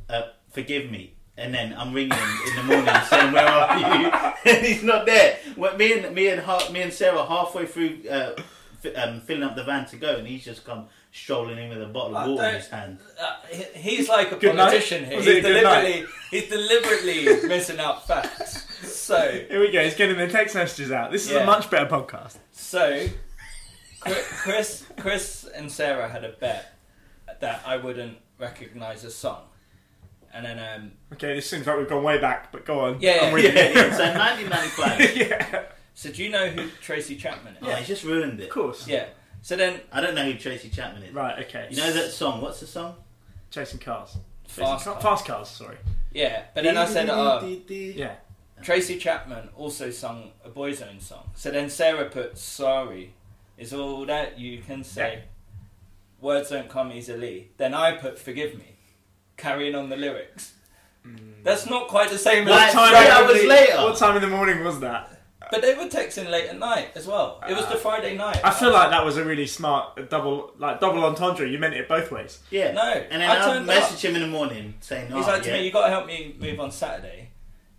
Speaker 1: uh, "Forgive me." And then I'm ringing him in the morning saying, "Where are you?" and he's not there. Well, me and me and Har- me and Sarah halfway through uh, f- um, filling up the van to go, and he's just come strolling in with a bottle
Speaker 3: I
Speaker 1: of water in
Speaker 3: don't-
Speaker 1: his hand.
Speaker 3: Uh, he- he's like a
Speaker 2: Good night.
Speaker 3: politician here.
Speaker 2: Was
Speaker 3: He's
Speaker 2: it a good night?
Speaker 3: deliberately, he's deliberately missing out facts. So,
Speaker 2: Here we go. He's getting the text messages out. This is a
Speaker 3: Yeah.
Speaker 2: much better podcast.
Speaker 3: so Chri- Chris, Chris, and Sarah had a bet that I wouldn't recognise a song, and then um,
Speaker 2: Okay, this seems like we've gone way back, but go on.
Speaker 3: Yeah,
Speaker 2: I'm
Speaker 1: Yeah,
Speaker 3: yeah.
Speaker 2: with you.
Speaker 1: yeah. So 1995.
Speaker 3: so do you know who Tracy Chapman is?
Speaker 1: Oh, he's just ruined it.
Speaker 2: Of course.
Speaker 3: Yeah. So then,
Speaker 1: I don't know who Tracy Chapman is.
Speaker 2: Right. Okay.
Speaker 1: You know that song? What's the song?
Speaker 2: Chasing cars. Chasing
Speaker 3: Fast
Speaker 2: ca-
Speaker 3: Car.
Speaker 2: fast cars. Sorry.
Speaker 3: yeah, but then I said, oh,
Speaker 2: Yeah.
Speaker 3: Tracy Chapman also sung a Boyzone song. So then Sarah put Sorry is all that you can say. Words don't come easily. Then I put forgive me, carrying on the lyrics. That's not quite the same
Speaker 1: Mm. What
Speaker 3: as
Speaker 1: time
Speaker 3: Right,
Speaker 1: in the
Speaker 3: I was
Speaker 1: morning-
Speaker 3: late.
Speaker 1: later.
Speaker 2: What time in the morning was that?
Speaker 3: But they were texting late at night as well. It
Speaker 1: Ah,
Speaker 3: was the Friday night.
Speaker 2: I feel like that was a really smart double, like double entendre. You meant it both ways.
Speaker 1: Yeah.
Speaker 3: No,
Speaker 1: And then
Speaker 3: I
Speaker 1: I'll
Speaker 3: turned
Speaker 1: message him in the morning saying, oh,
Speaker 3: He's like to
Speaker 1: yeah.
Speaker 3: me, you got to help me move on Saturday.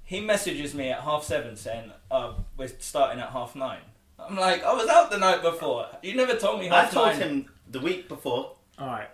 Speaker 3: He messages me at half seven saying, uh, we're starting at half nine. I'm like, I was out the night before. You never told me
Speaker 1: I
Speaker 3: half
Speaker 1: told
Speaker 3: nine.
Speaker 1: him the week before.
Speaker 2: All right.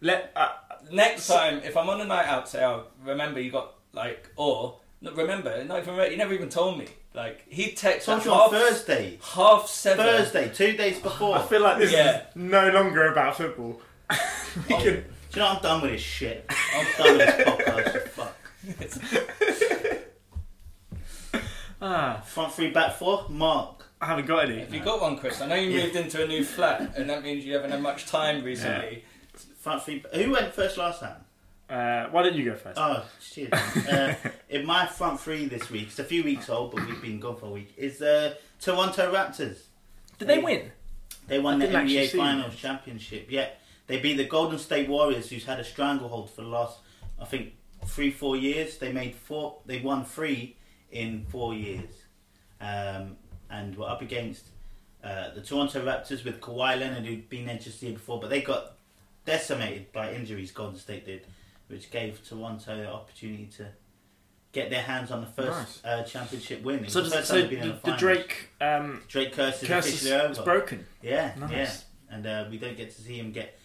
Speaker 2: Let uh,
Speaker 3: Next time, if I'm on a night out, say, oh, remember you got, like, or, no, remember, not even, you never even told me. Like, he texts
Speaker 1: Told
Speaker 3: at
Speaker 1: you on
Speaker 3: half,
Speaker 1: Thursday.
Speaker 3: half seven.
Speaker 1: Thursday, two days before.
Speaker 2: I feel like this
Speaker 3: Yeah.
Speaker 2: is no longer about football. we
Speaker 3: Oh.
Speaker 2: can,
Speaker 1: Do you know, I'm done with this shit. I'm done with this podcast. Fuck.
Speaker 2: ah,
Speaker 1: Front three, back four, Mark.
Speaker 2: I haven't got any.
Speaker 3: Have you got one, Chris? I know you
Speaker 1: Yeah.
Speaker 3: moved into a new flat, and that means you haven't had much time recently.
Speaker 1: Front three. Who went first last time?
Speaker 2: Uh, why don't you go first?
Speaker 1: Oh, shit. uh, in my front three this week, it's a few weeks old, but we've been gone for a week, is uh, Toronto Raptors.
Speaker 2: Did they win?
Speaker 1: They won
Speaker 2: I
Speaker 1: the
Speaker 2: didn't actually
Speaker 1: NBA
Speaker 2: see
Speaker 1: Finals Championship. Yeah, they beat the Golden State Warriors, who's had a stranglehold for the last, I think, three four years. They made four. They won three in four years, um, and were up against uh, the Toronto Raptors with Kawhi Leonard, who'd been there just the year before, but they got decimated by injuries. Golden State did, which gave Toronto the opportunity to. Get their hands on the first uh, championship win. It was
Speaker 2: So,
Speaker 1: the
Speaker 2: does,
Speaker 1: first
Speaker 2: so
Speaker 1: time they've
Speaker 2: the,
Speaker 1: been in the
Speaker 2: the
Speaker 1: finals.
Speaker 2: Drake um,
Speaker 1: Drake curse is
Speaker 2: curse
Speaker 1: officially
Speaker 2: is, is
Speaker 1: over.
Speaker 2: broken.
Speaker 1: Yeah,
Speaker 2: Nice.
Speaker 1: yeah. And uh, we don't get to see him get.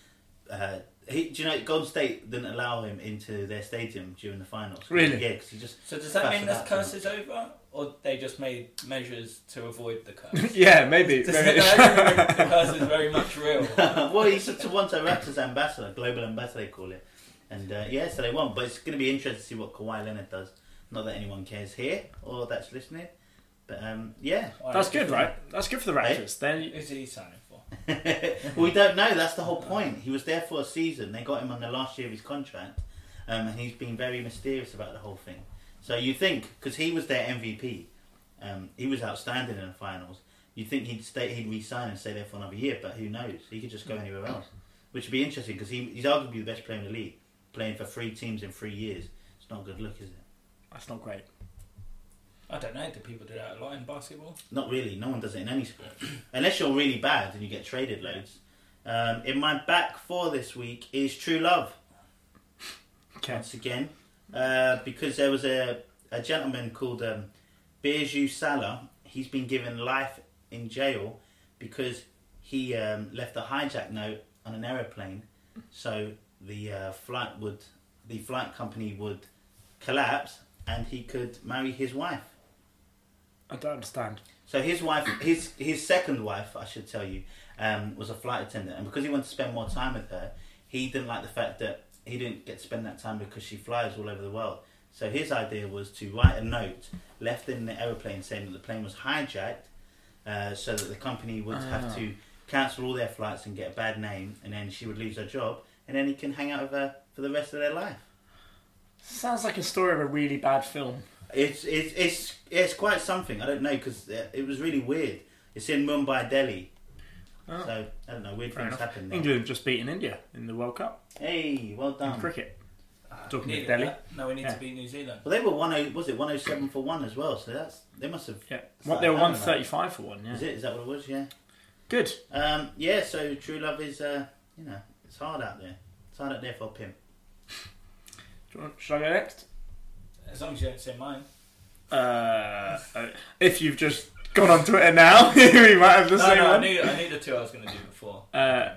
Speaker 1: Uh, he, do you know Golden State didn't allow him into their stadium during the finals?
Speaker 2: Really?
Speaker 1: Yeah, because he just
Speaker 3: So does that
Speaker 1: That's
Speaker 3: mean this
Speaker 1: about
Speaker 3: curse is over, or they just made measures to avoid the curse?
Speaker 2: yeah, maybe.
Speaker 3: Does
Speaker 2: maybe.
Speaker 3: that mean the curse is very much real.
Speaker 1: well, he's a Toronto Raptors ambassador, global ambassador they call it, and uh, yeah, so they won. But it's going to be interesting to see what Kawhi Leonard does. Not that anyone cares here or that's listening, but um, yeah,
Speaker 2: That's good, right? That's good for the
Speaker 1: Hey.
Speaker 2: Raptors. Then
Speaker 3: Who's he signing for?
Speaker 1: we don't know. That's the whole point. He was there for a season. They got him on the last year of his contract, um, and he's been very mysterious about the whole thing. So you think because he was their MVP, um, he was outstanding in the finals. You would think he'd stay, he'd resign and stay there for another year, but who knows? He could just go anywhere else, which would be interesting because he, he's arguably the best player in the league, playing for three teams in three years. It's not a good look, is it?
Speaker 2: that's not great.
Speaker 3: I don't know. Do people do that a lot in basketball?
Speaker 1: Not really. No one does it in any sport, unless you're really bad and you get traded loads. Um, in my back four this week is True Love.
Speaker 2: Okay.
Speaker 1: once again uh, because there was a, a gentleman called um, Birju Salah. He's been given life in jail because he um, left a hijack note on an aeroplane, so the uh, flight would the flight company would collapse and he could marry his wife.
Speaker 2: I don't understand.
Speaker 1: So his wife, his his second wife, I should tell you, um, was a flight attendant, and because he wanted to spend more time with her, he didn't like the fact that he didn't get to spend that time because she flies all over the world. So his idea was to write a note left in the aeroplane saying that the plane was hijacked, uh, so that the company would have
Speaker 2: Ah.
Speaker 1: to cancel all their flights and get a bad name, and then she would lose her job, and then he can hang out with her for the rest of their life.
Speaker 2: Sounds like a story of a really bad film.
Speaker 1: It's it's it's it's quite something. I don't know because it was really weird. It's in Mumbai, Delhi.
Speaker 2: Oh.
Speaker 1: So I don't know. Weird
Speaker 2: Fair
Speaker 1: things
Speaker 2: enough.
Speaker 1: happen there.
Speaker 2: England just beaten India in the World Cup
Speaker 1: Hey, well
Speaker 2: in
Speaker 1: done.
Speaker 2: cricket. Talking
Speaker 3: Need
Speaker 2: of
Speaker 3: it,
Speaker 2: Delhi.
Speaker 3: yeah. No, we need
Speaker 2: Yeah.
Speaker 3: to beat New Zealand.
Speaker 1: Well, they were one oh was it one oh seven for one as well. So that's they must have.
Speaker 2: Yeah.
Speaker 1: It's
Speaker 2: What
Speaker 1: like
Speaker 2: they were
Speaker 1: having
Speaker 2: one thirty five for one, yeah.
Speaker 1: Is it? Is that what it was? Yeah.
Speaker 2: Good.
Speaker 1: Um. Yeah. So true love is uh. You know, it's hard out there. It's hard out there for a pimp.
Speaker 2: Do you want, should I go next?
Speaker 3: As long as you don't say mine.
Speaker 2: Uh, uh, if you've just gone on Twitter now, we might have the
Speaker 3: No,
Speaker 2: same
Speaker 3: no, I
Speaker 2: one.
Speaker 3: knew, I knew the two I was going to do before.
Speaker 2: Uh,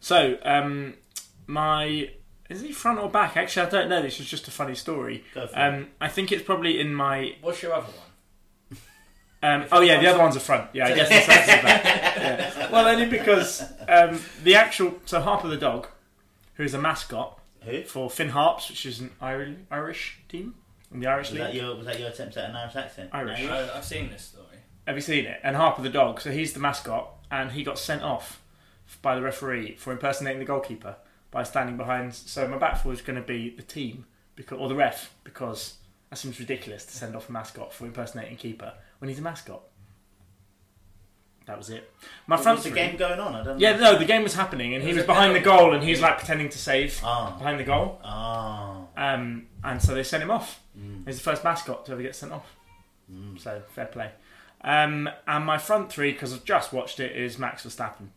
Speaker 2: so, um, my is he front or back? Actually, I don't know. This is just a funny story.
Speaker 1: Go for it.
Speaker 2: Um, I think it's probably in my.
Speaker 3: What's your other one?
Speaker 2: Um, oh yeah, the other one's a front. Yeah, I guess that's the back. Yeah. Well, only because um, the actual so Harper the dog, who is a mascot
Speaker 1: Who?
Speaker 2: for Finn Harps, which is an Irish Irish team in the Irish
Speaker 1: Was that
Speaker 2: league.
Speaker 1: your was that your attempt at an Irish accent? Uh,
Speaker 2: Irish.
Speaker 1: No.
Speaker 3: I, I've seen this story.
Speaker 2: Have you seen it? And Harper the dog, so he's the mascot, and he got sent off by the referee for impersonating the goalkeeper by standing behind. So my back four is going to be the team because, or the ref because that seems ridiculous to send off a mascot for impersonating keeper when he's a mascot. that was it. My
Speaker 1: What
Speaker 2: front
Speaker 1: was the
Speaker 2: three-
Speaker 1: game going on? I don't.
Speaker 2: Yeah,
Speaker 1: Know.
Speaker 2: no, the game was happening, and he
Speaker 3: Was
Speaker 2: was
Speaker 3: it
Speaker 2: behind the
Speaker 3: now?
Speaker 2: goal, and he's like pretending to save
Speaker 1: Ah.
Speaker 2: behind the goal.
Speaker 1: Ah.
Speaker 2: Um, and so they sent him off.
Speaker 1: Mm.
Speaker 2: He's the first mascot to ever get sent off.
Speaker 1: Mm.
Speaker 2: So fair play. Um, and my front three, because I've just watched it, is Max Verstappen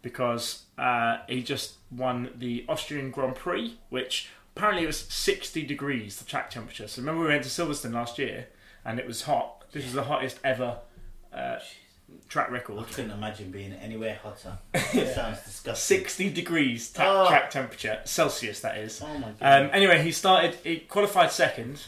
Speaker 2: because uh, he just won the Austrian Grand Prix, which apparently it was 60 degrees the track temperature. So remember we went to Silverstone last year and it was hot. This is the hottest ever uh, track
Speaker 1: I
Speaker 2: record.
Speaker 1: couldn't imagine being anywhere hotter. It sounds disgusting.
Speaker 2: 60 degrees ta-
Speaker 1: Oh.
Speaker 2: track temperature Celsius, that is.
Speaker 1: Oh my god.
Speaker 2: Um, anyway, he started. He qualified second.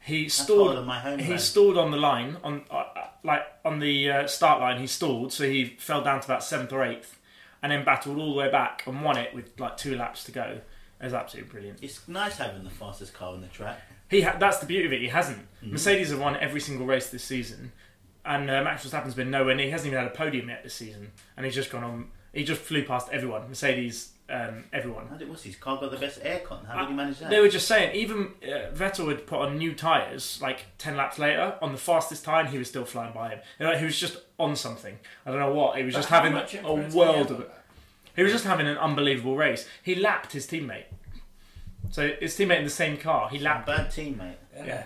Speaker 2: He
Speaker 1: That's
Speaker 2: stalled.
Speaker 1: hotter than my home.
Speaker 2: He
Speaker 1: man.
Speaker 2: stalled on the line on uh, uh, like on the uh, start line. He stalled, so he fell down to about seventh or eighth, and then battled all the way back and won it with like two laps to go. It was absolutely brilliant.
Speaker 1: It's nice having the fastest car on the track.
Speaker 2: He ha- that's the beauty of it. He hasn't. Mercedes have won every single race this season, and uh, Max Verstappen's been nowhere near. He hasn't even had a podium yet this season, and he's just gone on. He just flew past everyone. Mercedes, um, everyone.
Speaker 1: How did what's his car got the best aircon? How
Speaker 2: Uh,
Speaker 1: did he manage that?
Speaker 2: They were just saying, even uh, Vettel would put on new tyres like 10 laps later on the fastest tyre, and he was still flying by him. You know, he was just on something. I don't know what. He was just having a world of it. He was just having an unbelievable race. He lapped his teammate. So his teammate in the same car, he lapped.
Speaker 1: bad teammate.
Speaker 3: Yeah.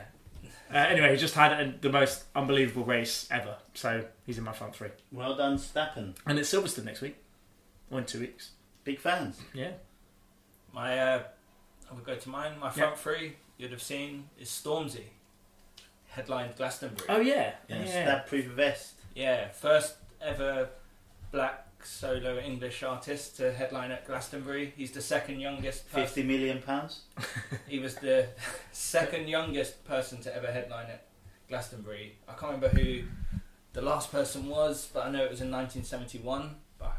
Speaker 2: Uh, anyway, he just had a, the most unbelievable race ever. So he's in my front three.
Speaker 1: Well done, Stappen.
Speaker 2: And it's Silverstone next week. Or in two weeks.
Speaker 1: Big fans.
Speaker 2: Yeah.
Speaker 3: My, uh, I would go to mine. My front three you'd have seen is Stormzy, headlined Glastonbury.
Speaker 2: Oh, yeah.
Speaker 1: Yeah,
Speaker 2: yeah.
Speaker 1: Stab proof vest.
Speaker 3: Yeah, first ever black solo English artist to headline at Glastonbury. He's the second youngest. person.
Speaker 1: Fifty million pounds.
Speaker 3: He was the second youngest person to ever headline at Glastonbury. I can't remember who the last person was, but I know it was in 1971. But I I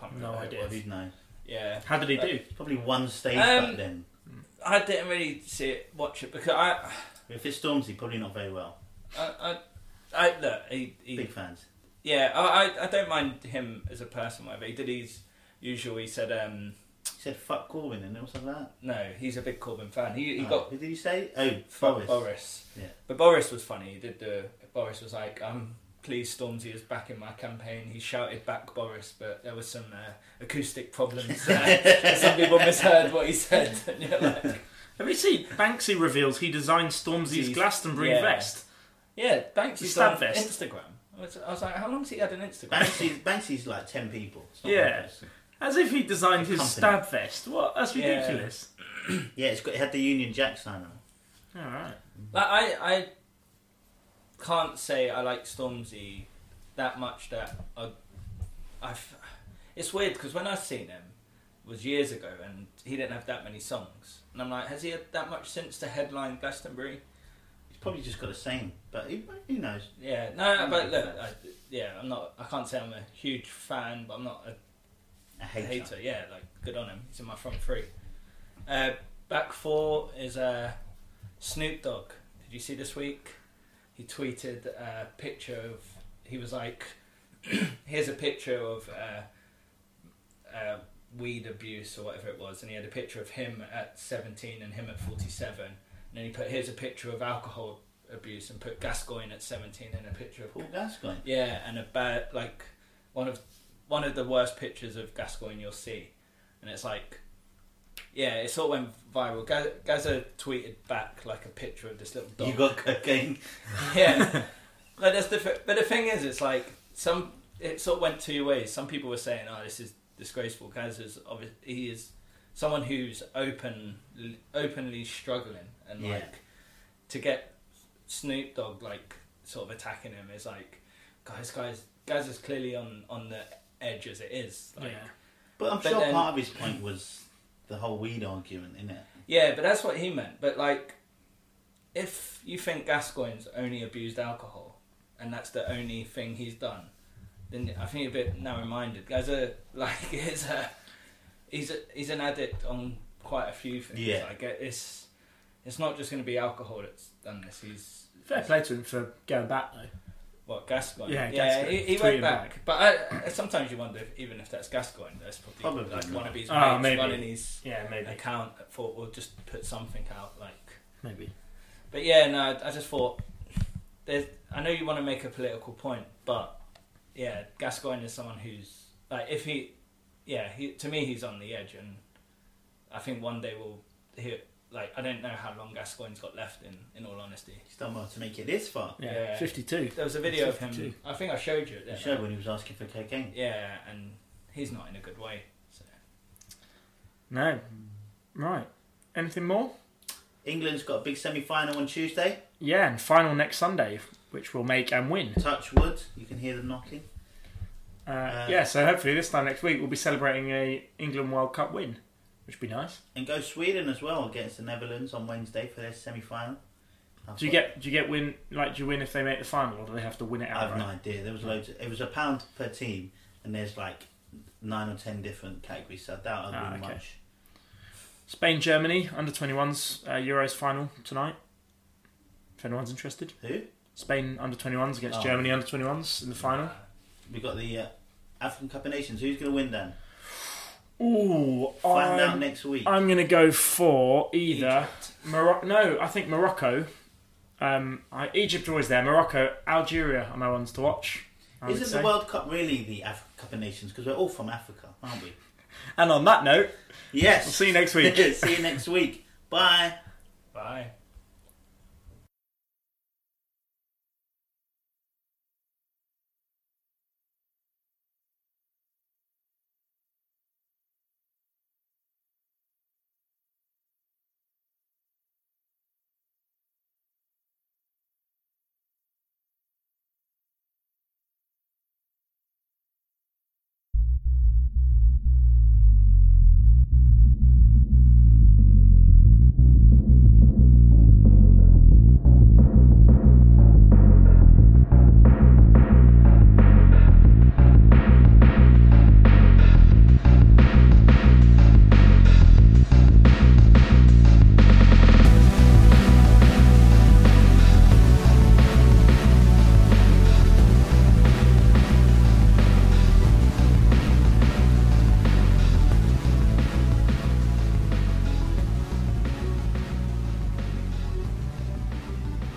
Speaker 3: can't remember
Speaker 2: No
Speaker 3: who it
Speaker 2: idea.
Speaker 3: was.
Speaker 1: Who'd know?
Speaker 3: Yeah,
Speaker 2: How did he do?
Speaker 1: Probably one stage
Speaker 3: Um,
Speaker 1: back then.
Speaker 3: I didn't really see it, watch it because I,
Speaker 1: If it storms, he probably not very well.
Speaker 3: I, I, I look, he, he
Speaker 1: Big fans.
Speaker 3: yeah, I, I, I don't mind him as a person, whatever. He did his usual. He said, um,
Speaker 1: He said fuck Corbyn and all something like that.
Speaker 3: no, he's a big Corbyn fan. He, he
Speaker 1: Oh,
Speaker 3: got
Speaker 1: who did he say? Oh,
Speaker 3: Boris.
Speaker 1: Boris.
Speaker 3: Boris.
Speaker 1: Yeah.
Speaker 3: But Boris was funny. He did the Boris was like, "I'm pleased Stormzy is back in my campaign." He shouted back Boris, but there was some uh, acoustic problems. There. some people misheard what he said. And you're like,
Speaker 2: Have you seen Banksy reveals he designed Stormzy's
Speaker 3: Jeez.
Speaker 2: Glastonbury
Speaker 3: Yeah.
Speaker 2: vest?
Speaker 3: yeah, Banksy's
Speaker 2: Stab
Speaker 3: on
Speaker 2: vest.
Speaker 3: Instagram. I was, I was like, "How long's he had an Instagram?"
Speaker 1: Banksy's, Banksy's like ten people. It's not
Speaker 2: Yeah.
Speaker 1: one person.
Speaker 2: As if he designed his
Speaker 1: Company.
Speaker 2: stab vest. What? That's
Speaker 3: Yeah.
Speaker 2: ridiculous.
Speaker 1: Yeah, it's got, it had the Union Jack sign on.
Speaker 2: All right.
Speaker 3: like, I, I can't say I like Stormzy that much. That I, I've. It's weird because when I seen him was years ago, and he didn't have that many songs. And I'm like, has he had that much since to headline Glastonbury?
Speaker 1: He's probably just got a same, but who, who knows?
Speaker 3: Yeah, no,
Speaker 1: Mm.
Speaker 3: but look, I, yeah, I'm not. I can't say I'm a huge fan, but I'm not a
Speaker 1: A
Speaker 3: hater.
Speaker 1: hater.
Speaker 3: Yeah, like good on him. He's in my front three. Uh, back four is uh, Snoop Dogg. Did you see this week? He tweeted a picture of. He was like, "Here's a picture of uh, uh, weed abuse or whatever it was," and he had a picture of him at 17 and him at 47, and then he put, "Here's a picture of alcohol abuse," and put Gascoigne at 17 and a picture of
Speaker 1: Paul Gascoigne.
Speaker 3: yeah, and a bad like one of one of the worst pictures of Gascoigne you'll see, and it's like, yeah, it sort of went viral. Ga- Gaza tweeted back like a picture of this little dog.
Speaker 1: You got cocaine.
Speaker 3: yeah, but that's the thi- but the thing is, it's like some it sort of went two ways. Some people were saying, "Oh, this is disgraceful." Gaza's obvi- he is someone who's open openly struggling and
Speaker 1: Yeah.
Speaker 3: like to get Snoop Dogg like sort of attacking him is like, guys, guys, Gaza's clearly on on the edge as it is. Like,
Speaker 2: Yeah.
Speaker 1: But I'm
Speaker 3: But
Speaker 1: sure
Speaker 3: then-
Speaker 1: part of his point was the whole weed argument, innit?
Speaker 3: Yeah, but that's what he meant. But like, if you think Gascoigne's only abused alcohol, and that's the only thing he's done, then I think you're a bit narrow-minded. Guys, a like is a he's a, he's an addict on quite a few things.
Speaker 1: Yeah.
Speaker 3: like it- it's it's not just going to be alcohol that's done this. He's
Speaker 2: Fair play to him for going back, though.
Speaker 3: What Gascoigne?
Speaker 2: Yeah, Gascoigne.
Speaker 3: he, he
Speaker 2: Tweeted
Speaker 3: went back, but I, sometimes you wonder if, even if that's Gascoigne. That's probably,
Speaker 1: Probably
Speaker 3: like
Speaker 1: not.
Speaker 3: one of his
Speaker 2: Ah,
Speaker 3: mates
Speaker 2: maybe.
Speaker 3: running his
Speaker 2: Yeah, maybe.
Speaker 3: account. For we'll just put something out like.
Speaker 2: Maybe.
Speaker 3: But yeah, no, I, I just thought there's. I know you want to make a political point, but yeah, Gascoigne is someone who's like if he, yeah, he to me he's on the edge, and I think one day we'll hear. Like I don't know how long Gascoigne's got left. In in all honesty,
Speaker 1: He's done well to make it this far.
Speaker 2: Yeah,
Speaker 3: Yeah.
Speaker 2: 52.
Speaker 3: there was a video of him.
Speaker 2: 52.
Speaker 3: I think I showed you it.
Speaker 1: He
Speaker 3: didn't
Speaker 1: showed when he was asking for cocaine.
Speaker 3: I? Yeah, and he's not in a good way. So
Speaker 2: No. Right. Anything more?
Speaker 1: England's got a big semi-final on Tuesday.
Speaker 2: Yeah, and final next Sunday, which we'll make and win.
Speaker 1: Touch wood. You can hear them knocking.
Speaker 2: Uh, yeah, so hopefully this time next week we'll be celebrating a England World Cup win, which would be nice.
Speaker 1: And go Sweden as well against the Netherlands on Wednesday for their semi-final. I've
Speaker 2: Do you
Speaker 1: got-
Speaker 2: get do you get win like do you win if they make the final or do they have to win it
Speaker 1: I have
Speaker 2: outright?
Speaker 1: no idea. There was loads. It was a pound per team, and there's like nine or ten different categories. So I doubt I'll
Speaker 2: Ah,
Speaker 1: win
Speaker 2: okay.
Speaker 1: much.
Speaker 2: Spain Germany under 21s uh, Euros final tonight. If anyone's interested,
Speaker 1: Who?
Speaker 2: Spain under 21s against
Speaker 1: Oh.
Speaker 2: Germany under 21s in the final.
Speaker 1: We got the uh, African Cup of Nations. Who's going to win then?
Speaker 2: Ooh,
Speaker 1: Find out
Speaker 2: I'm,
Speaker 1: next week.
Speaker 2: I'm gonna go for either Morocco. No, I think Morocco. Um, I, Egypt are always there. Morocco, Algeria are my ones to watch. I would
Speaker 1: Isn't
Speaker 2: say.
Speaker 1: the World Cup really the African Cup of Nations? Because we're all from Africa, aren't we?
Speaker 2: and on that note,
Speaker 1: Yes.
Speaker 2: we'll see you next week.
Speaker 1: See you next week. Bye.
Speaker 3: bye.